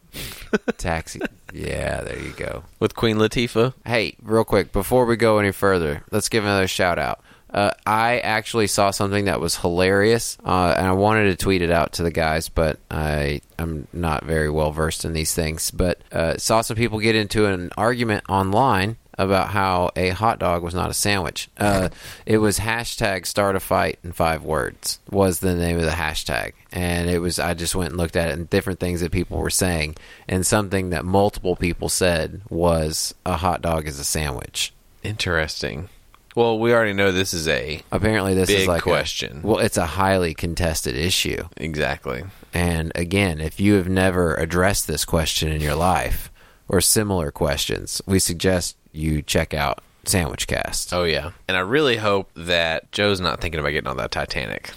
Speaker 1: taxi. Yeah, there you go.
Speaker 2: with Queen Latifah.
Speaker 1: Hey, real quick before we go any further, let's give another shout out. Uh, I actually saw something that was hilarious, uh, and I wanted to tweet it out to the guys, but I am not very well versed in these things. But uh, saw some people get into an argument online about how a hot dog was not a sandwich. Uh, it was hashtag start a fight in five words was the name of the hashtag, and it was I just went and looked at it and different things that people were saying, and something that multiple people said was a hot dog is a sandwich.
Speaker 2: Interesting. Well, we already know this is a
Speaker 1: Apparently, this is
Speaker 2: Big
Speaker 1: like a-
Speaker 2: question.
Speaker 1: well, it's a highly contested issue,
Speaker 2: exactly.
Speaker 1: and again, if you have never addressed this question in your life or similar questions, we suggest you check out Sandwich Cast.
Speaker 2: Oh yeah. And I really hope that Joe's not thinking about getting on that Titanic.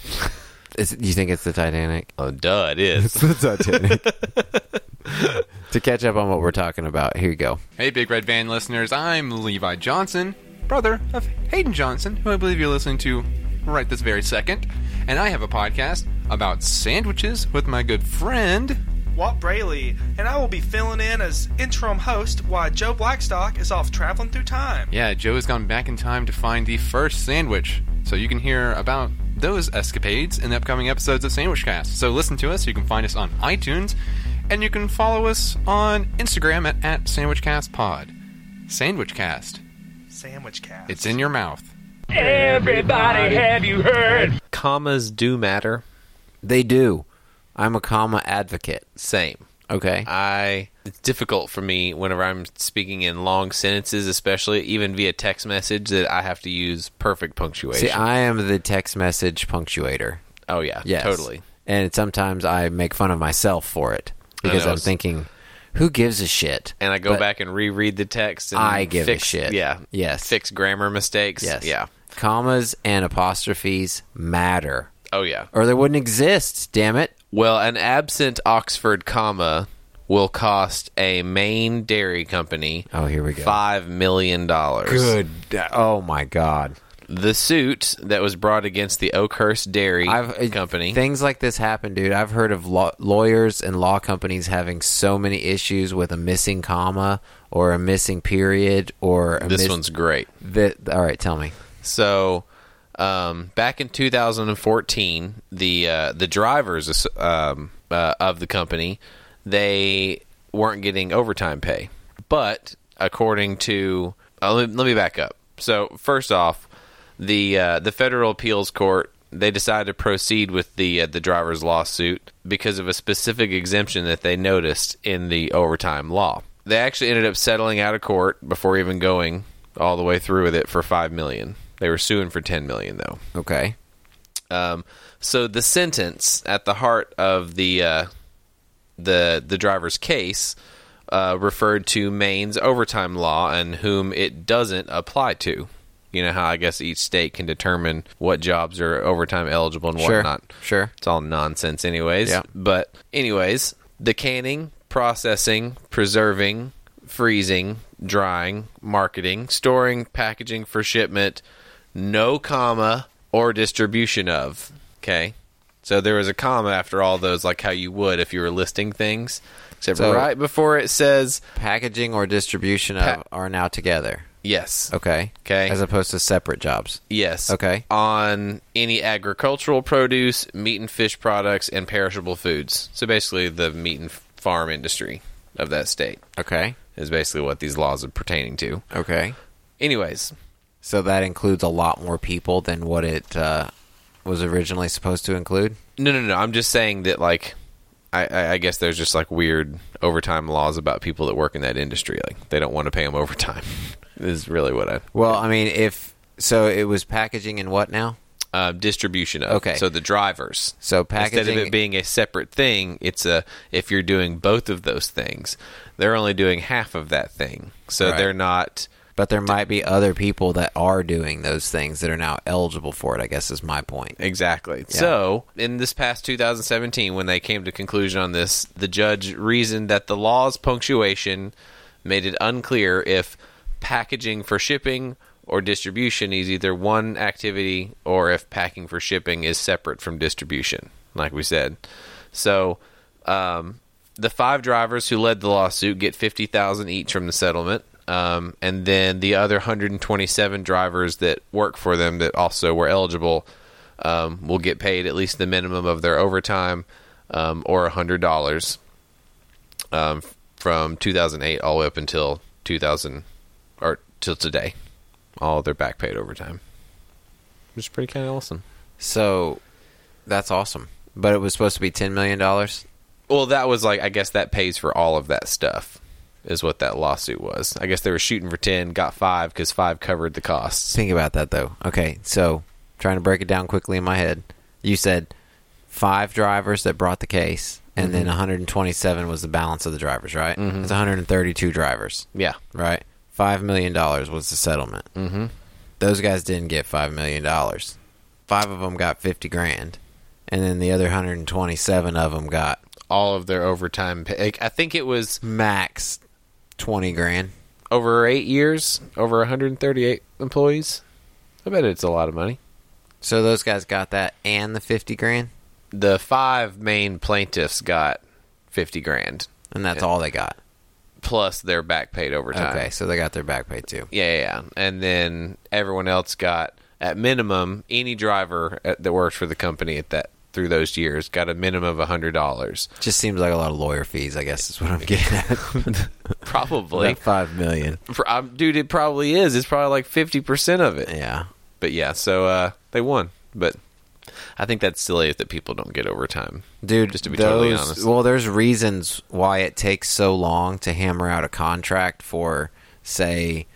Speaker 1: Is, you think it's the Titanic?
Speaker 2: Oh, duh, it is.
Speaker 1: the Titanic. to catch up on what we're talking about, here you go.
Speaker 7: Hey, Big Red Van listeners, I'm Levi Johnson, brother of Hayden Johnson, who I believe you're listening to right this very second. And I have a podcast about sandwiches with my good friend.
Speaker 8: Walt Brayley, and I will be filling in as interim host while Joe Blackstock is off traveling through time.
Speaker 7: Yeah, Joe has gone back in time to find the first sandwich. So you can hear about those escapades in the upcoming episodes of Sandwich Cast. So listen to us. You can find us on iTunes And you can follow us on Instagram at, at SandwichCastPod. SandwichCast.
Speaker 8: Sandwich cast.
Speaker 7: It's in your mouth.
Speaker 3: Everybody, have you heard?
Speaker 2: Commas do matter.
Speaker 1: They do. I'm a comma advocate.
Speaker 2: Same.
Speaker 1: Okay.
Speaker 2: I it's difficult for me whenever I'm speaking in long sentences, especially even via text message, that I have to use perfect punctuation.
Speaker 1: See, I am the text message punctuator.
Speaker 2: oh yeah,
Speaker 1: Yes.
Speaker 2: totally.
Speaker 1: And sometimes I make fun of myself for it because
Speaker 2: know,
Speaker 1: I'm
Speaker 2: it's-
Speaker 1: thinking, who gives a shit?
Speaker 2: And I go
Speaker 1: But
Speaker 2: back and reread the text. and
Speaker 1: I give a
Speaker 2: fix-
Speaker 1: shit.
Speaker 2: Yeah.
Speaker 1: Yes.
Speaker 2: Fix grammar mistakes.
Speaker 1: Yes.
Speaker 2: Yeah.
Speaker 1: Commas and apostrophes matter,
Speaker 2: Oh yeah.
Speaker 1: or they wouldn't exist. Damn it.
Speaker 2: Well, an absent Oxford comma will cost a Maine dairy company
Speaker 1: Oh, here we go.
Speaker 2: five million dollars.
Speaker 1: Good. Oh my god.
Speaker 2: The suit that was brought against the Oakhurst Dairy
Speaker 1: I've,
Speaker 2: Company.
Speaker 1: Things like this happen, dude. I've heard of law, lawyers and law companies having so many issues with a missing comma or a missing period or a
Speaker 2: this
Speaker 1: mis-
Speaker 2: one's great.
Speaker 1: That, all right, tell me.
Speaker 2: So, um, back in 2014, the uh, the drivers um, uh, of the company they weren't getting overtime pay, but according to uh, let, me, let me back up. So first off, the uh, the federal appeals court they decided to proceed with the uh, the driver's lawsuit because of a specific exemption that they noticed in the overtime law. They actually ended up settling out of court before even going all the way through with it for five million. They were suing for ten million though.
Speaker 1: Okay.
Speaker 2: Um, so the sentence at the heart of the uh, the the driver's case uh, referred to Maine's overtime law and whom it doesn't apply to. You know how I guess each state can determine what jobs are overtime eligible and
Speaker 1: Sure.
Speaker 2: whatnot.
Speaker 1: Sure.
Speaker 2: It's all nonsense, anyways.
Speaker 1: Yeah.
Speaker 2: But, anyways, the canning, processing, preserving, freezing, drying, marketing, storing, packaging for shipment, no comma or distribution of. Okay. So there was a comma after all those, like how you would if you were listing things. Except
Speaker 1: So-
Speaker 2: right before it says
Speaker 1: Packaging or distribution
Speaker 2: Pa-
Speaker 1: of are now together.
Speaker 2: yes.
Speaker 1: Okay.
Speaker 2: Okay.
Speaker 1: As opposed to separate jobs.
Speaker 2: Yes.
Speaker 1: Okay.
Speaker 2: On any agricultural produce, meat and fish products, and perishable foods. So basically, the meat and farm industry of that state
Speaker 1: Okay.
Speaker 2: is basically what these laws are pertaining to.
Speaker 1: Okay.
Speaker 2: Anyways,
Speaker 1: So that includes a lot more people than what it uh, was originally supposed to include.
Speaker 2: no, no, no. I'm just saying that, like, I- I, I guess there's just like weird overtime laws about people that work in that industry. Like, they don't want to pay them overtime. is really what I
Speaker 1: Well, I mean, if so, it was packaging and what now?
Speaker 2: uh, distribution of.
Speaker 1: Okay.
Speaker 2: So the drivers.
Speaker 1: So
Speaker 2: instead of
Speaker 1: packaging-
Speaker 2: it being a separate thing, it's a if you're doing both of those things, they're only doing half of that thing. So
Speaker 1: Right.
Speaker 2: they're not.
Speaker 1: But there might be other people that are doing those things that are now eligible for it. I guess is my point.
Speaker 2: Exactly. So, in this past 2017, when they came to conclusion on this, the judge reasoned that the law's punctuation made it unclear if packaging for shipping or distribution is either one activity or if packing for shipping is separate from distribution, like we said. So, um, the five drivers who led the lawsuit get 50000 each from the settlement um, and then the other 127 drivers that work for them that also were eligible um, will get paid at least the minimum of their overtime um, or $100 um, f- from 2008 all the way up until 2000 or till today. All their back paid overtime. Which is pretty kind of awesome.
Speaker 1: So that's awesome. But it was supposed to be ten million dollars.
Speaker 2: Well, that was like, I guess that pays for all of that stuff, is what that lawsuit was. I guess they were shooting for 10, got five because five covered the costs.
Speaker 1: Think about that though. Okay, so trying to break it down quickly in my head. You said five drivers that brought the case, and then 127 was the balance of the drivers, right? It's 132 drivers.
Speaker 2: Yeah.
Speaker 1: right? Five million dollars was the settlement. Mm-hmm. Those guys didn't get five million dollars. Five of them got fifty grand, and then the other hundred and twenty-seven of them got
Speaker 2: All of their overtime pay. I think it was
Speaker 1: max twenty grand.
Speaker 2: over eight years, over 138 employees. I bet it's a lot of money.
Speaker 1: So those guys got that and the fifty grand,
Speaker 2: The five main plaintiffs got 50 grand
Speaker 1: and that's all they got.
Speaker 2: plus their back paid overtime.
Speaker 1: Okay, so they got their back pay too.
Speaker 2: Yeah, yeah, yeah. And then everyone else got at minimum any driver at, that worked for the company at that through those years got a minimum of $100.
Speaker 1: Just seems like a lot of lawyer fees. I guess is what I'm getting at.
Speaker 2: Probably.
Speaker 1: like five million.
Speaker 2: For- um, dude, it probably is. It's probably like 50% of it.
Speaker 1: Yeah.
Speaker 2: But yeah, so uh, they won. But I think that's silly that people don't get overtime.
Speaker 1: Dude,
Speaker 2: Just to be
Speaker 1: those,
Speaker 2: totally honest.
Speaker 1: Well, there's reasons why it takes so long to hammer out a contract for, say,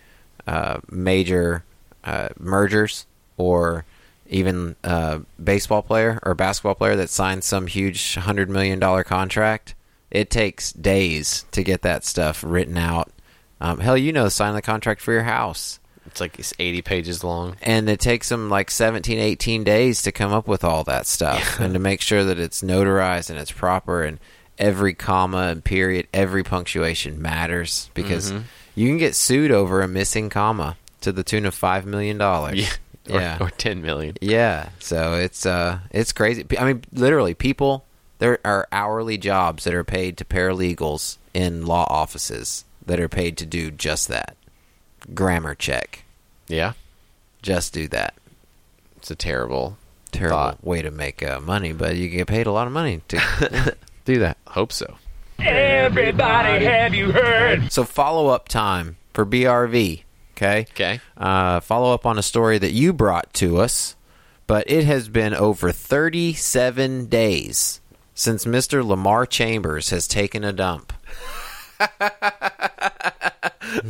Speaker 1: uh, major uh, mergers or even a baseball player or basketball player that signs some huge $100 million contract. It takes days to get that stuff written out. Um, hell, you know, sign the contract for your house.
Speaker 2: It's like it's 80 pages long.
Speaker 1: and it takes them like 17 18 days to come up with all that stuff and to make sure that it's notarized and it's proper and every comma and period every punctuation matters because
Speaker 2: Mm-hmm.
Speaker 1: you can get sued over a missing comma to the tune of 5 million dollars
Speaker 2: Or,
Speaker 1: yeah
Speaker 2: or 10 million.
Speaker 1: yeah so it's uh it's crazy P- i mean literally people there are hourly jobs that are paid to paralegals in law offices that are paid to do just that grammar check
Speaker 2: Yeah.
Speaker 1: just do that
Speaker 2: It's a terrible.
Speaker 1: terrible
Speaker 2: thought.
Speaker 1: way to make uh, money, but you get paid a lot of money to do that.
Speaker 2: Hope so.
Speaker 3: Everybody, have you heard?
Speaker 1: So follow up time for BRV. Okay.
Speaker 2: Okay.
Speaker 1: Uh, follow up on a story that you brought to us, but it has been over 37 days since Mr. Lamar Chambers has taken a dump.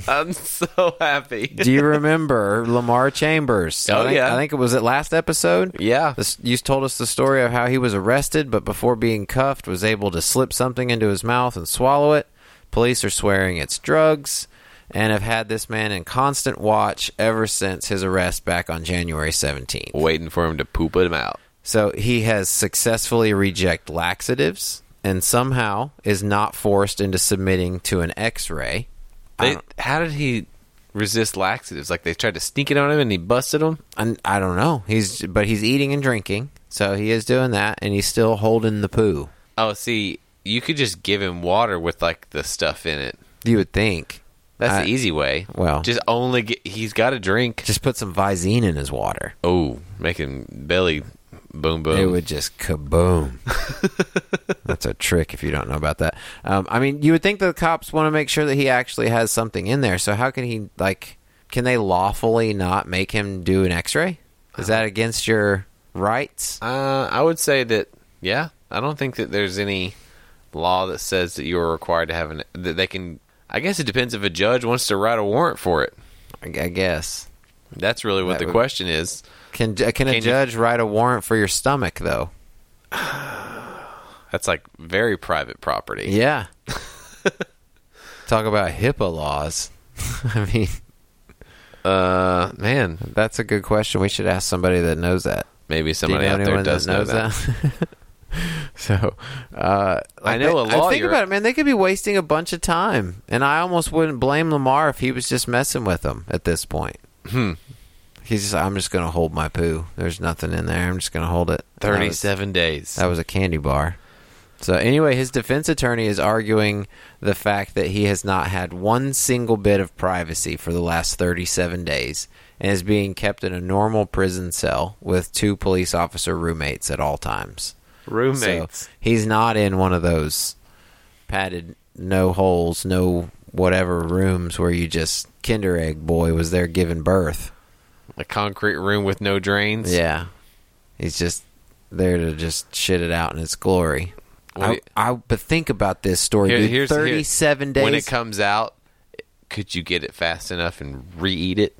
Speaker 2: I'm so happy.
Speaker 1: Do you remember Lamar Chambers?
Speaker 2: Oh,
Speaker 1: I think,
Speaker 2: yeah.
Speaker 1: I think it was it last episode.
Speaker 2: Yeah.
Speaker 1: This, you told us the story of how he was arrested, but before being cuffed, was able to slip something into his mouth and swallow it. Police are swearing it's drugs and have had this man in constant watch ever since his arrest back on January 17th.
Speaker 2: Waiting for him to poop him out.
Speaker 1: So he has successfully reject laxatives and somehow is not forced into submitting to an x ray.
Speaker 2: They, how did he resist laxatives? Like they tried to sneak it on him and he busted them?
Speaker 1: I, I don't know. He's but he's eating and drinking, so he is doing that, and he's still holding the poo.
Speaker 2: Oh, see, you could just give him water with like the stuff in it.
Speaker 1: You would think.
Speaker 2: That's
Speaker 1: I-
Speaker 2: the easy way.
Speaker 1: well.
Speaker 2: just only get, he's got a drink.
Speaker 1: Just put some Visine in his water.
Speaker 2: oh, making belly boom boom.
Speaker 1: It would just kaboom. That's a trick if you don't know about that. Um, I mean, you would think the cops want to make sure that he actually has something in there. So how can he like? Can they lawfully not make him do an X-ray? Is that against your rights?
Speaker 2: Uh, I would say that yeah. I don't think that there's any law that says that you are required to have an that they can. I guess it depends if a judge wants to write a warrant for it.
Speaker 1: I I guess.
Speaker 2: That's really what
Speaker 1: That
Speaker 2: the
Speaker 1: would-
Speaker 2: question is.
Speaker 1: Can uh, can a
Speaker 2: Can you-
Speaker 1: judge write a warrant for your stomach though?
Speaker 2: That's like very private property.
Speaker 1: Yeah. Talk about HIPAA laws. I mean,
Speaker 2: Uh, man,
Speaker 1: that's a good question. We should ask somebody that knows that.
Speaker 2: maybe
Speaker 1: Do you
Speaker 2: somebody
Speaker 1: know
Speaker 2: out there
Speaker 1: anyone
Speaker 2: does
Speaker 1: that knows
Speaker 2: know that.
Speaker 1: that? so, uh,
Speaker 2: I know
Speaker 1: they-
Speaker 2: a
Speaker 1: Think
Speaker 2: lawyer-
Speaker 1: about it, man. They could be wasting a bunch of time, and I almost wouldn't blame Lamar if he was just messing with them at this point.
Speaker 2: Hmm.
Speaker 1: He's just, I'm just going to hold my poo. There's nothing in there. I'm just going to hold it. And that was-
Speaker 2: Thirty-seven days.
Speaker 1: that was a candy bar. So anyway, his defense attorney is arguing the fact that he has not had one single bit of privacy for the last 37 days and is being kept in a normal prison cell with two police officer roommates at all times.
Speaker 2: Roommates.
Speaker 1: So he's not in one of those padded no holes, no whatever rooms where you just Kinder Egg boy was there giving birth.
Speaker 2: a concrete room with no drains.
Speaker 1: Yeah. He's just there to just shit it out in its glory.
Speaker 2: Well,
Speaker 1: I,
Speaker 2: he-
Speaker 1: I, but think about this story,
Speaker 2: Here-
Speaker 1: dude.
Speaker 2: here's- here-
Speaker 1: 37 days.
Speaker 2: When it comes out, could you get it fast enough and re-eat it?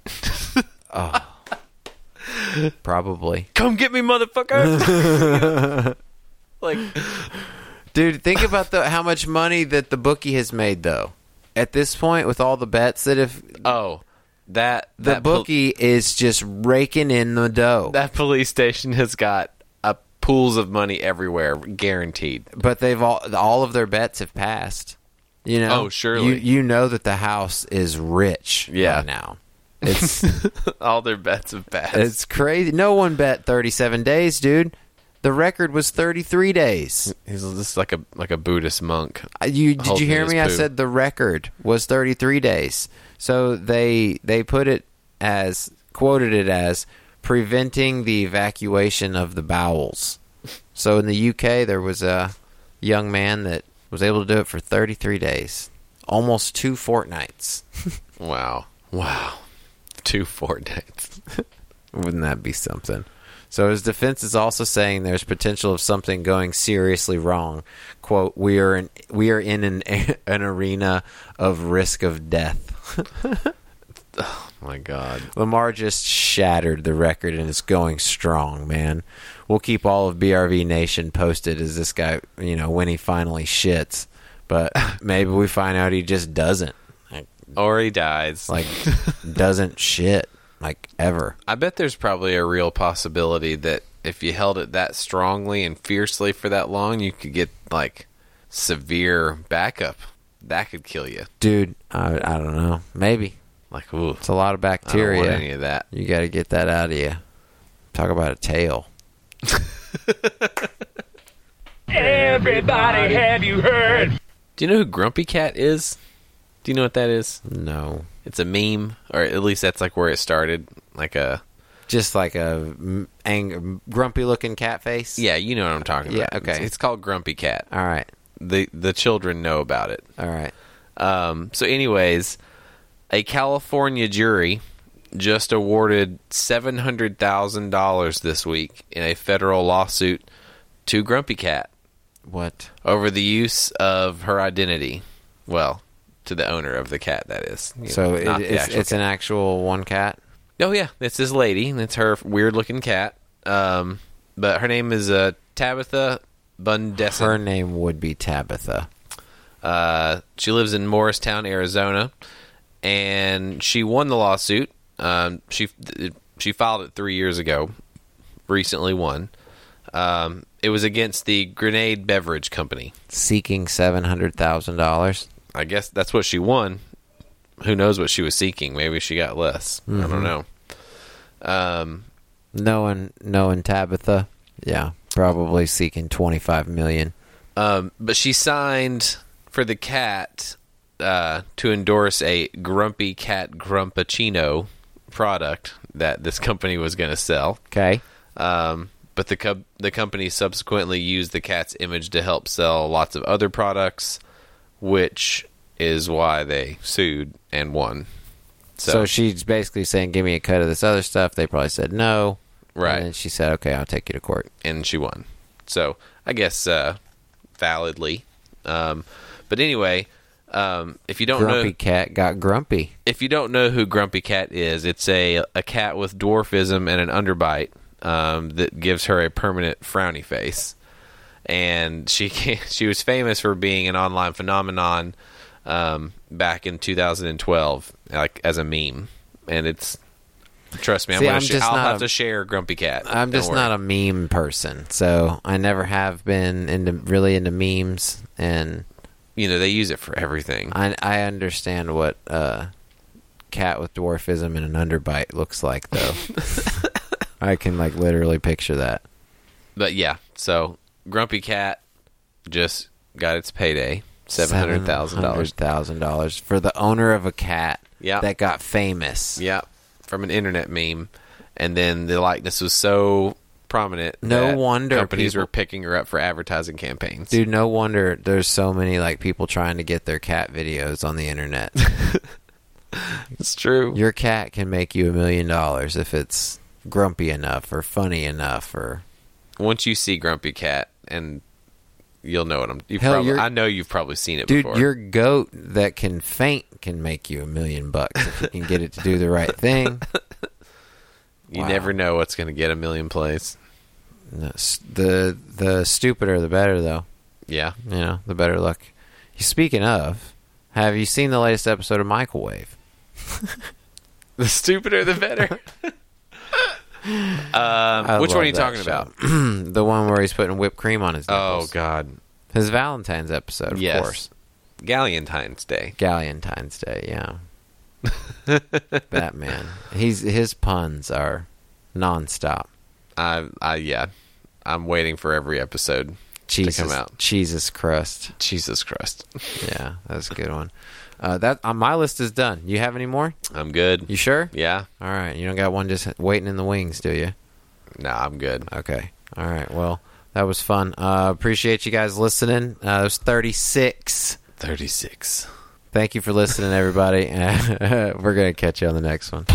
Speaker 1: probably.
Speaker 2: Come get me, motherfucker! like,
Speaker 1: Dude, think about the how much money that the bookie has made, though. At this point, with all the bets that if
Speaker 2: oh, that
Speaker 1: the
Speaker 2: that pol-
Speaker 1: bookie is just raking in the dough,
Speaker 2: that police station has got uh, pools of money everywhere, guaranteed.
Speaker 1: but they've all all of their bets have passed. You know,
Speaker 2: Oh, surely.
Speaker 1: you, you know that the house is rich.
Speaker 2: Yeah.
Speaker 1: right now it's
Speaker 2: All their bets have passed.
Speaker 1: It's crazy. No one bet 37 days, dude. The record was 33 days.
Speaker 2: He's just like a like a Buddhist monk. Oh
Speaker 1: Uh, You did you
Speaker 2: Holding
Speaker 1: hear
Speaker 2: his
Speaker 1: me? I
Speaker 2: poo.
Speaker 1: said the record was 33 days. So they they put it as quoted it as preventing the evacuation of the bowels. So in the UK, there was a young man that was able to do it for 33 days, almost two fortnights.
Speaker 2: Wow. Wow. Two fortnights.
Speaker 1: Wouldn't that be something? So his defense is also saying there's potential of something going seriously wrong. "Quote: We are in, we are in an an arena of risk of death."
Speaker 2: My God.
Speaker 1: Lamar just shattered the record and it's going strong, man. We'll keep all of BRV Nation posted as this guy, you know, when he finally shits. But maybe we find out he just doesn't, like,
Speaker 2: Or he dies.
Speaker 1: like doesn't shit, like ever.
Speaker 2: I bet there's probably a real possibility that if you held it that strongly and fiercely for that long, you could get like severe backup. That could kill you.
Speaker 1: Dude, I, I don't know. Maybe
Speaker 2: Like, ooh,
Speaker 1: it's a lot of
Speaker 2: I don't
Speaker 1: bacteria.
Speaker 2: want any of that.
Speaker 1: You got to get that out of you. Talk about a tail.
Speaker 3: Everybody, have you heard?
Speaker 2: Do you know who Grumpy Cat is? Do you know what that is?
Speaker 1: No,
Speaker 2: It's a meme, or at least that's like where it started. Like a
Speaker 1: just like a m- ang- grumpy looking cat face.
Speaker 2: yeah, you know what I'm talking
Speaker 1: Yeah,
Speaker 2: about.
Speaker 1: okay.
Speaker 2: It's, it's called Grumpy Cat.
Speaker 1: All right.
Speaker 2: The the children know about it.
Speaker 1: All right.
Speaker 2: Um, so, anyways, a California jury just awarded seven hundred thousand dollars this week in a federal lawsuit to Grumpy Cat
Speaker 1: What?
Speaker 2: over the use of her identity. Well, to the owner of the cat, that is. You
Speaker 1: So
Speaker 2: know,
Speaker 1: it,
Speaker 2: not the
Speaker 1: it's,
Speaker 2: actual
Speaker 1: it's an actual one cat.
Speaker 2: Oh yeah, it's this lady. and It's her weird looking cat. Um, but her name is uh, Tabitha Bundesen.
Speaker 1: Her name would be Tabitha.
Speaker 2: Uh, she lives in Morristown, Arizona, and she won the lawsuit. Um, she she filed it three years ago. Recently won. Um, it was against the Grenade Beverage Company.
Speaker 1: Seeking seven hundred thousand dollars.
Speaker 2: I guess that's what she won. Who knows what she was seeking? Maybe she got less. I don't know. Um,
Speaker 1: Knowing knowing Tabitha, yeah, probably seeking twenty five million.
Speaker 2: Um, but she signed for the cat uh, to endorse a Grumpy Cat Grumpachino product that this company was going to sell.
Speaker 1: Okay.
Speaker 2: Um, but the co- the company subsequently used the cat's image to help sell lots of other products, which is why they sued and won.
Speaker 1: So, she's basically saying, "Give me a cut of this other stuff." They probably said no.
Speaker 2: Right.
Speaker 1: And then she said, "Okay, I'll take you to court."
Speaker 2: and she won. So I guess uh, validly. Um, but anyway, um, if you don't know,
Speaker 1: Grumpy cat got grumpy.
Speaker 2: if you don't know who Grumpy Cat is, it's a a cat with dwarfism and an underbite um, that gives her a permanent frowny face. And she can, she was famous for being an online phenomenon um, back in 2012, like as a meme. And it's trust me, I'm
Speaker 1: See,
Speaker 2: gonna
Speaker 1: I'm
Speaker 2: sh-
Speaker 1: just
Speaker 2: I'll
Speaker 1: not
Speaker 2: have
Speaker 1: a-
Speaker 2: to share Grumpy Cat.
Speaker 1: I'm just not a meme person, so I never have been into really into memes, and
Speaker 2: you know they use it for everything.
Speaker 1: I I understand what uh, cat with dwarfism and an underbite looks like, though. I can like literally picture that.
Speaker 2: But yeah, so Grumpy Cat just got its payday, seven hundred thousand dollars.
Speaker 1: thousand dollars for the owner of a cat
Speaker 2: Yeah.
Speaker 1: that got famous.
Speaker 2: Yeah, from an internet meme, and then the likeness was so prominent.
Speaker 1: No
Speaker 2: that
Speaker 1: wonder
Speaker 2: companies
Speaker 1: people-
Speaker 2: were picking her up for advertising campaigns.
Speaker 1: Dude, no wonder there's so many like people trying to get their cat videos on the internet.
Speaker 2: it's true.
Speaker 1: Your cat can make you a million dollars if it's grumpy enough or funny enough or
Speaker 2: Once you see Grumpy Cat, and you'll know what I'm. You've
Speaker 1: Hell,
Speaker 2: probably,
Speaker 1: your-
Speaker 2: I know you've probably seen it
Speaker 1: Dude,
Speaker 2: before.
Speaker 1: your goat that can faint can make you a million bucks if you can get it to do the right thing.
Speaker 2: you
Speaker 1: wow.
Speaker 2: never know what's going to get a million plays.
Speaker 1: No, s- The the stupider the better though.
Speaker 2: Yeah,
Speaker 1: You know, the better luck. Speaking of, have you seen the latest episode of Microwave?
Speaker 2: the stupider the better.
Speaker 1: I
Speaker 2: Um, Which
Speaker 1: love
Speaker 2: one are you
Speaker 1: that
Speaker 2: talking
Speaker 1: show.
Speaker 2: about?
Speaker 1: the one where he's putting whipped cream on his
Speaker 2: Oh
Speaker 1: nipples.
Speaker 2: God,
Speaker 1: His Valentine's episode, of
Speaker 2: yes.
Speaker 1: course.
Speaker 2: Galentine's Day.
Speaker 1: Galentine's Day, yeah. Batman. He's his puns are nonstop.
Speaker 2: I, I, yeah, I'm waiting for every episode
Speaker 1: Jesus,
Speaker 2: to come out.
Speaker 1: Jesus crust.
Speaker 2: Jesus Christ.
Speaker 1: Yeah, that's a good one. Uh, that on my list is done. You have any more?
Speaker 2: I'm good.
Speaker 1: You sure?
Speaker 2: yeah.
Speaker 1: All right. You don't got one just waiting in the wings, do you?
Speaker 2: No, I'm good.
Speaker 1: Okay. All right. Well, That was fun. Uh, appreciate you guys listening. Uh, it was 36.
Speaker 2: 36.
Speaker 1: Thank you for listening, everybody. We're going to catch you on the next one.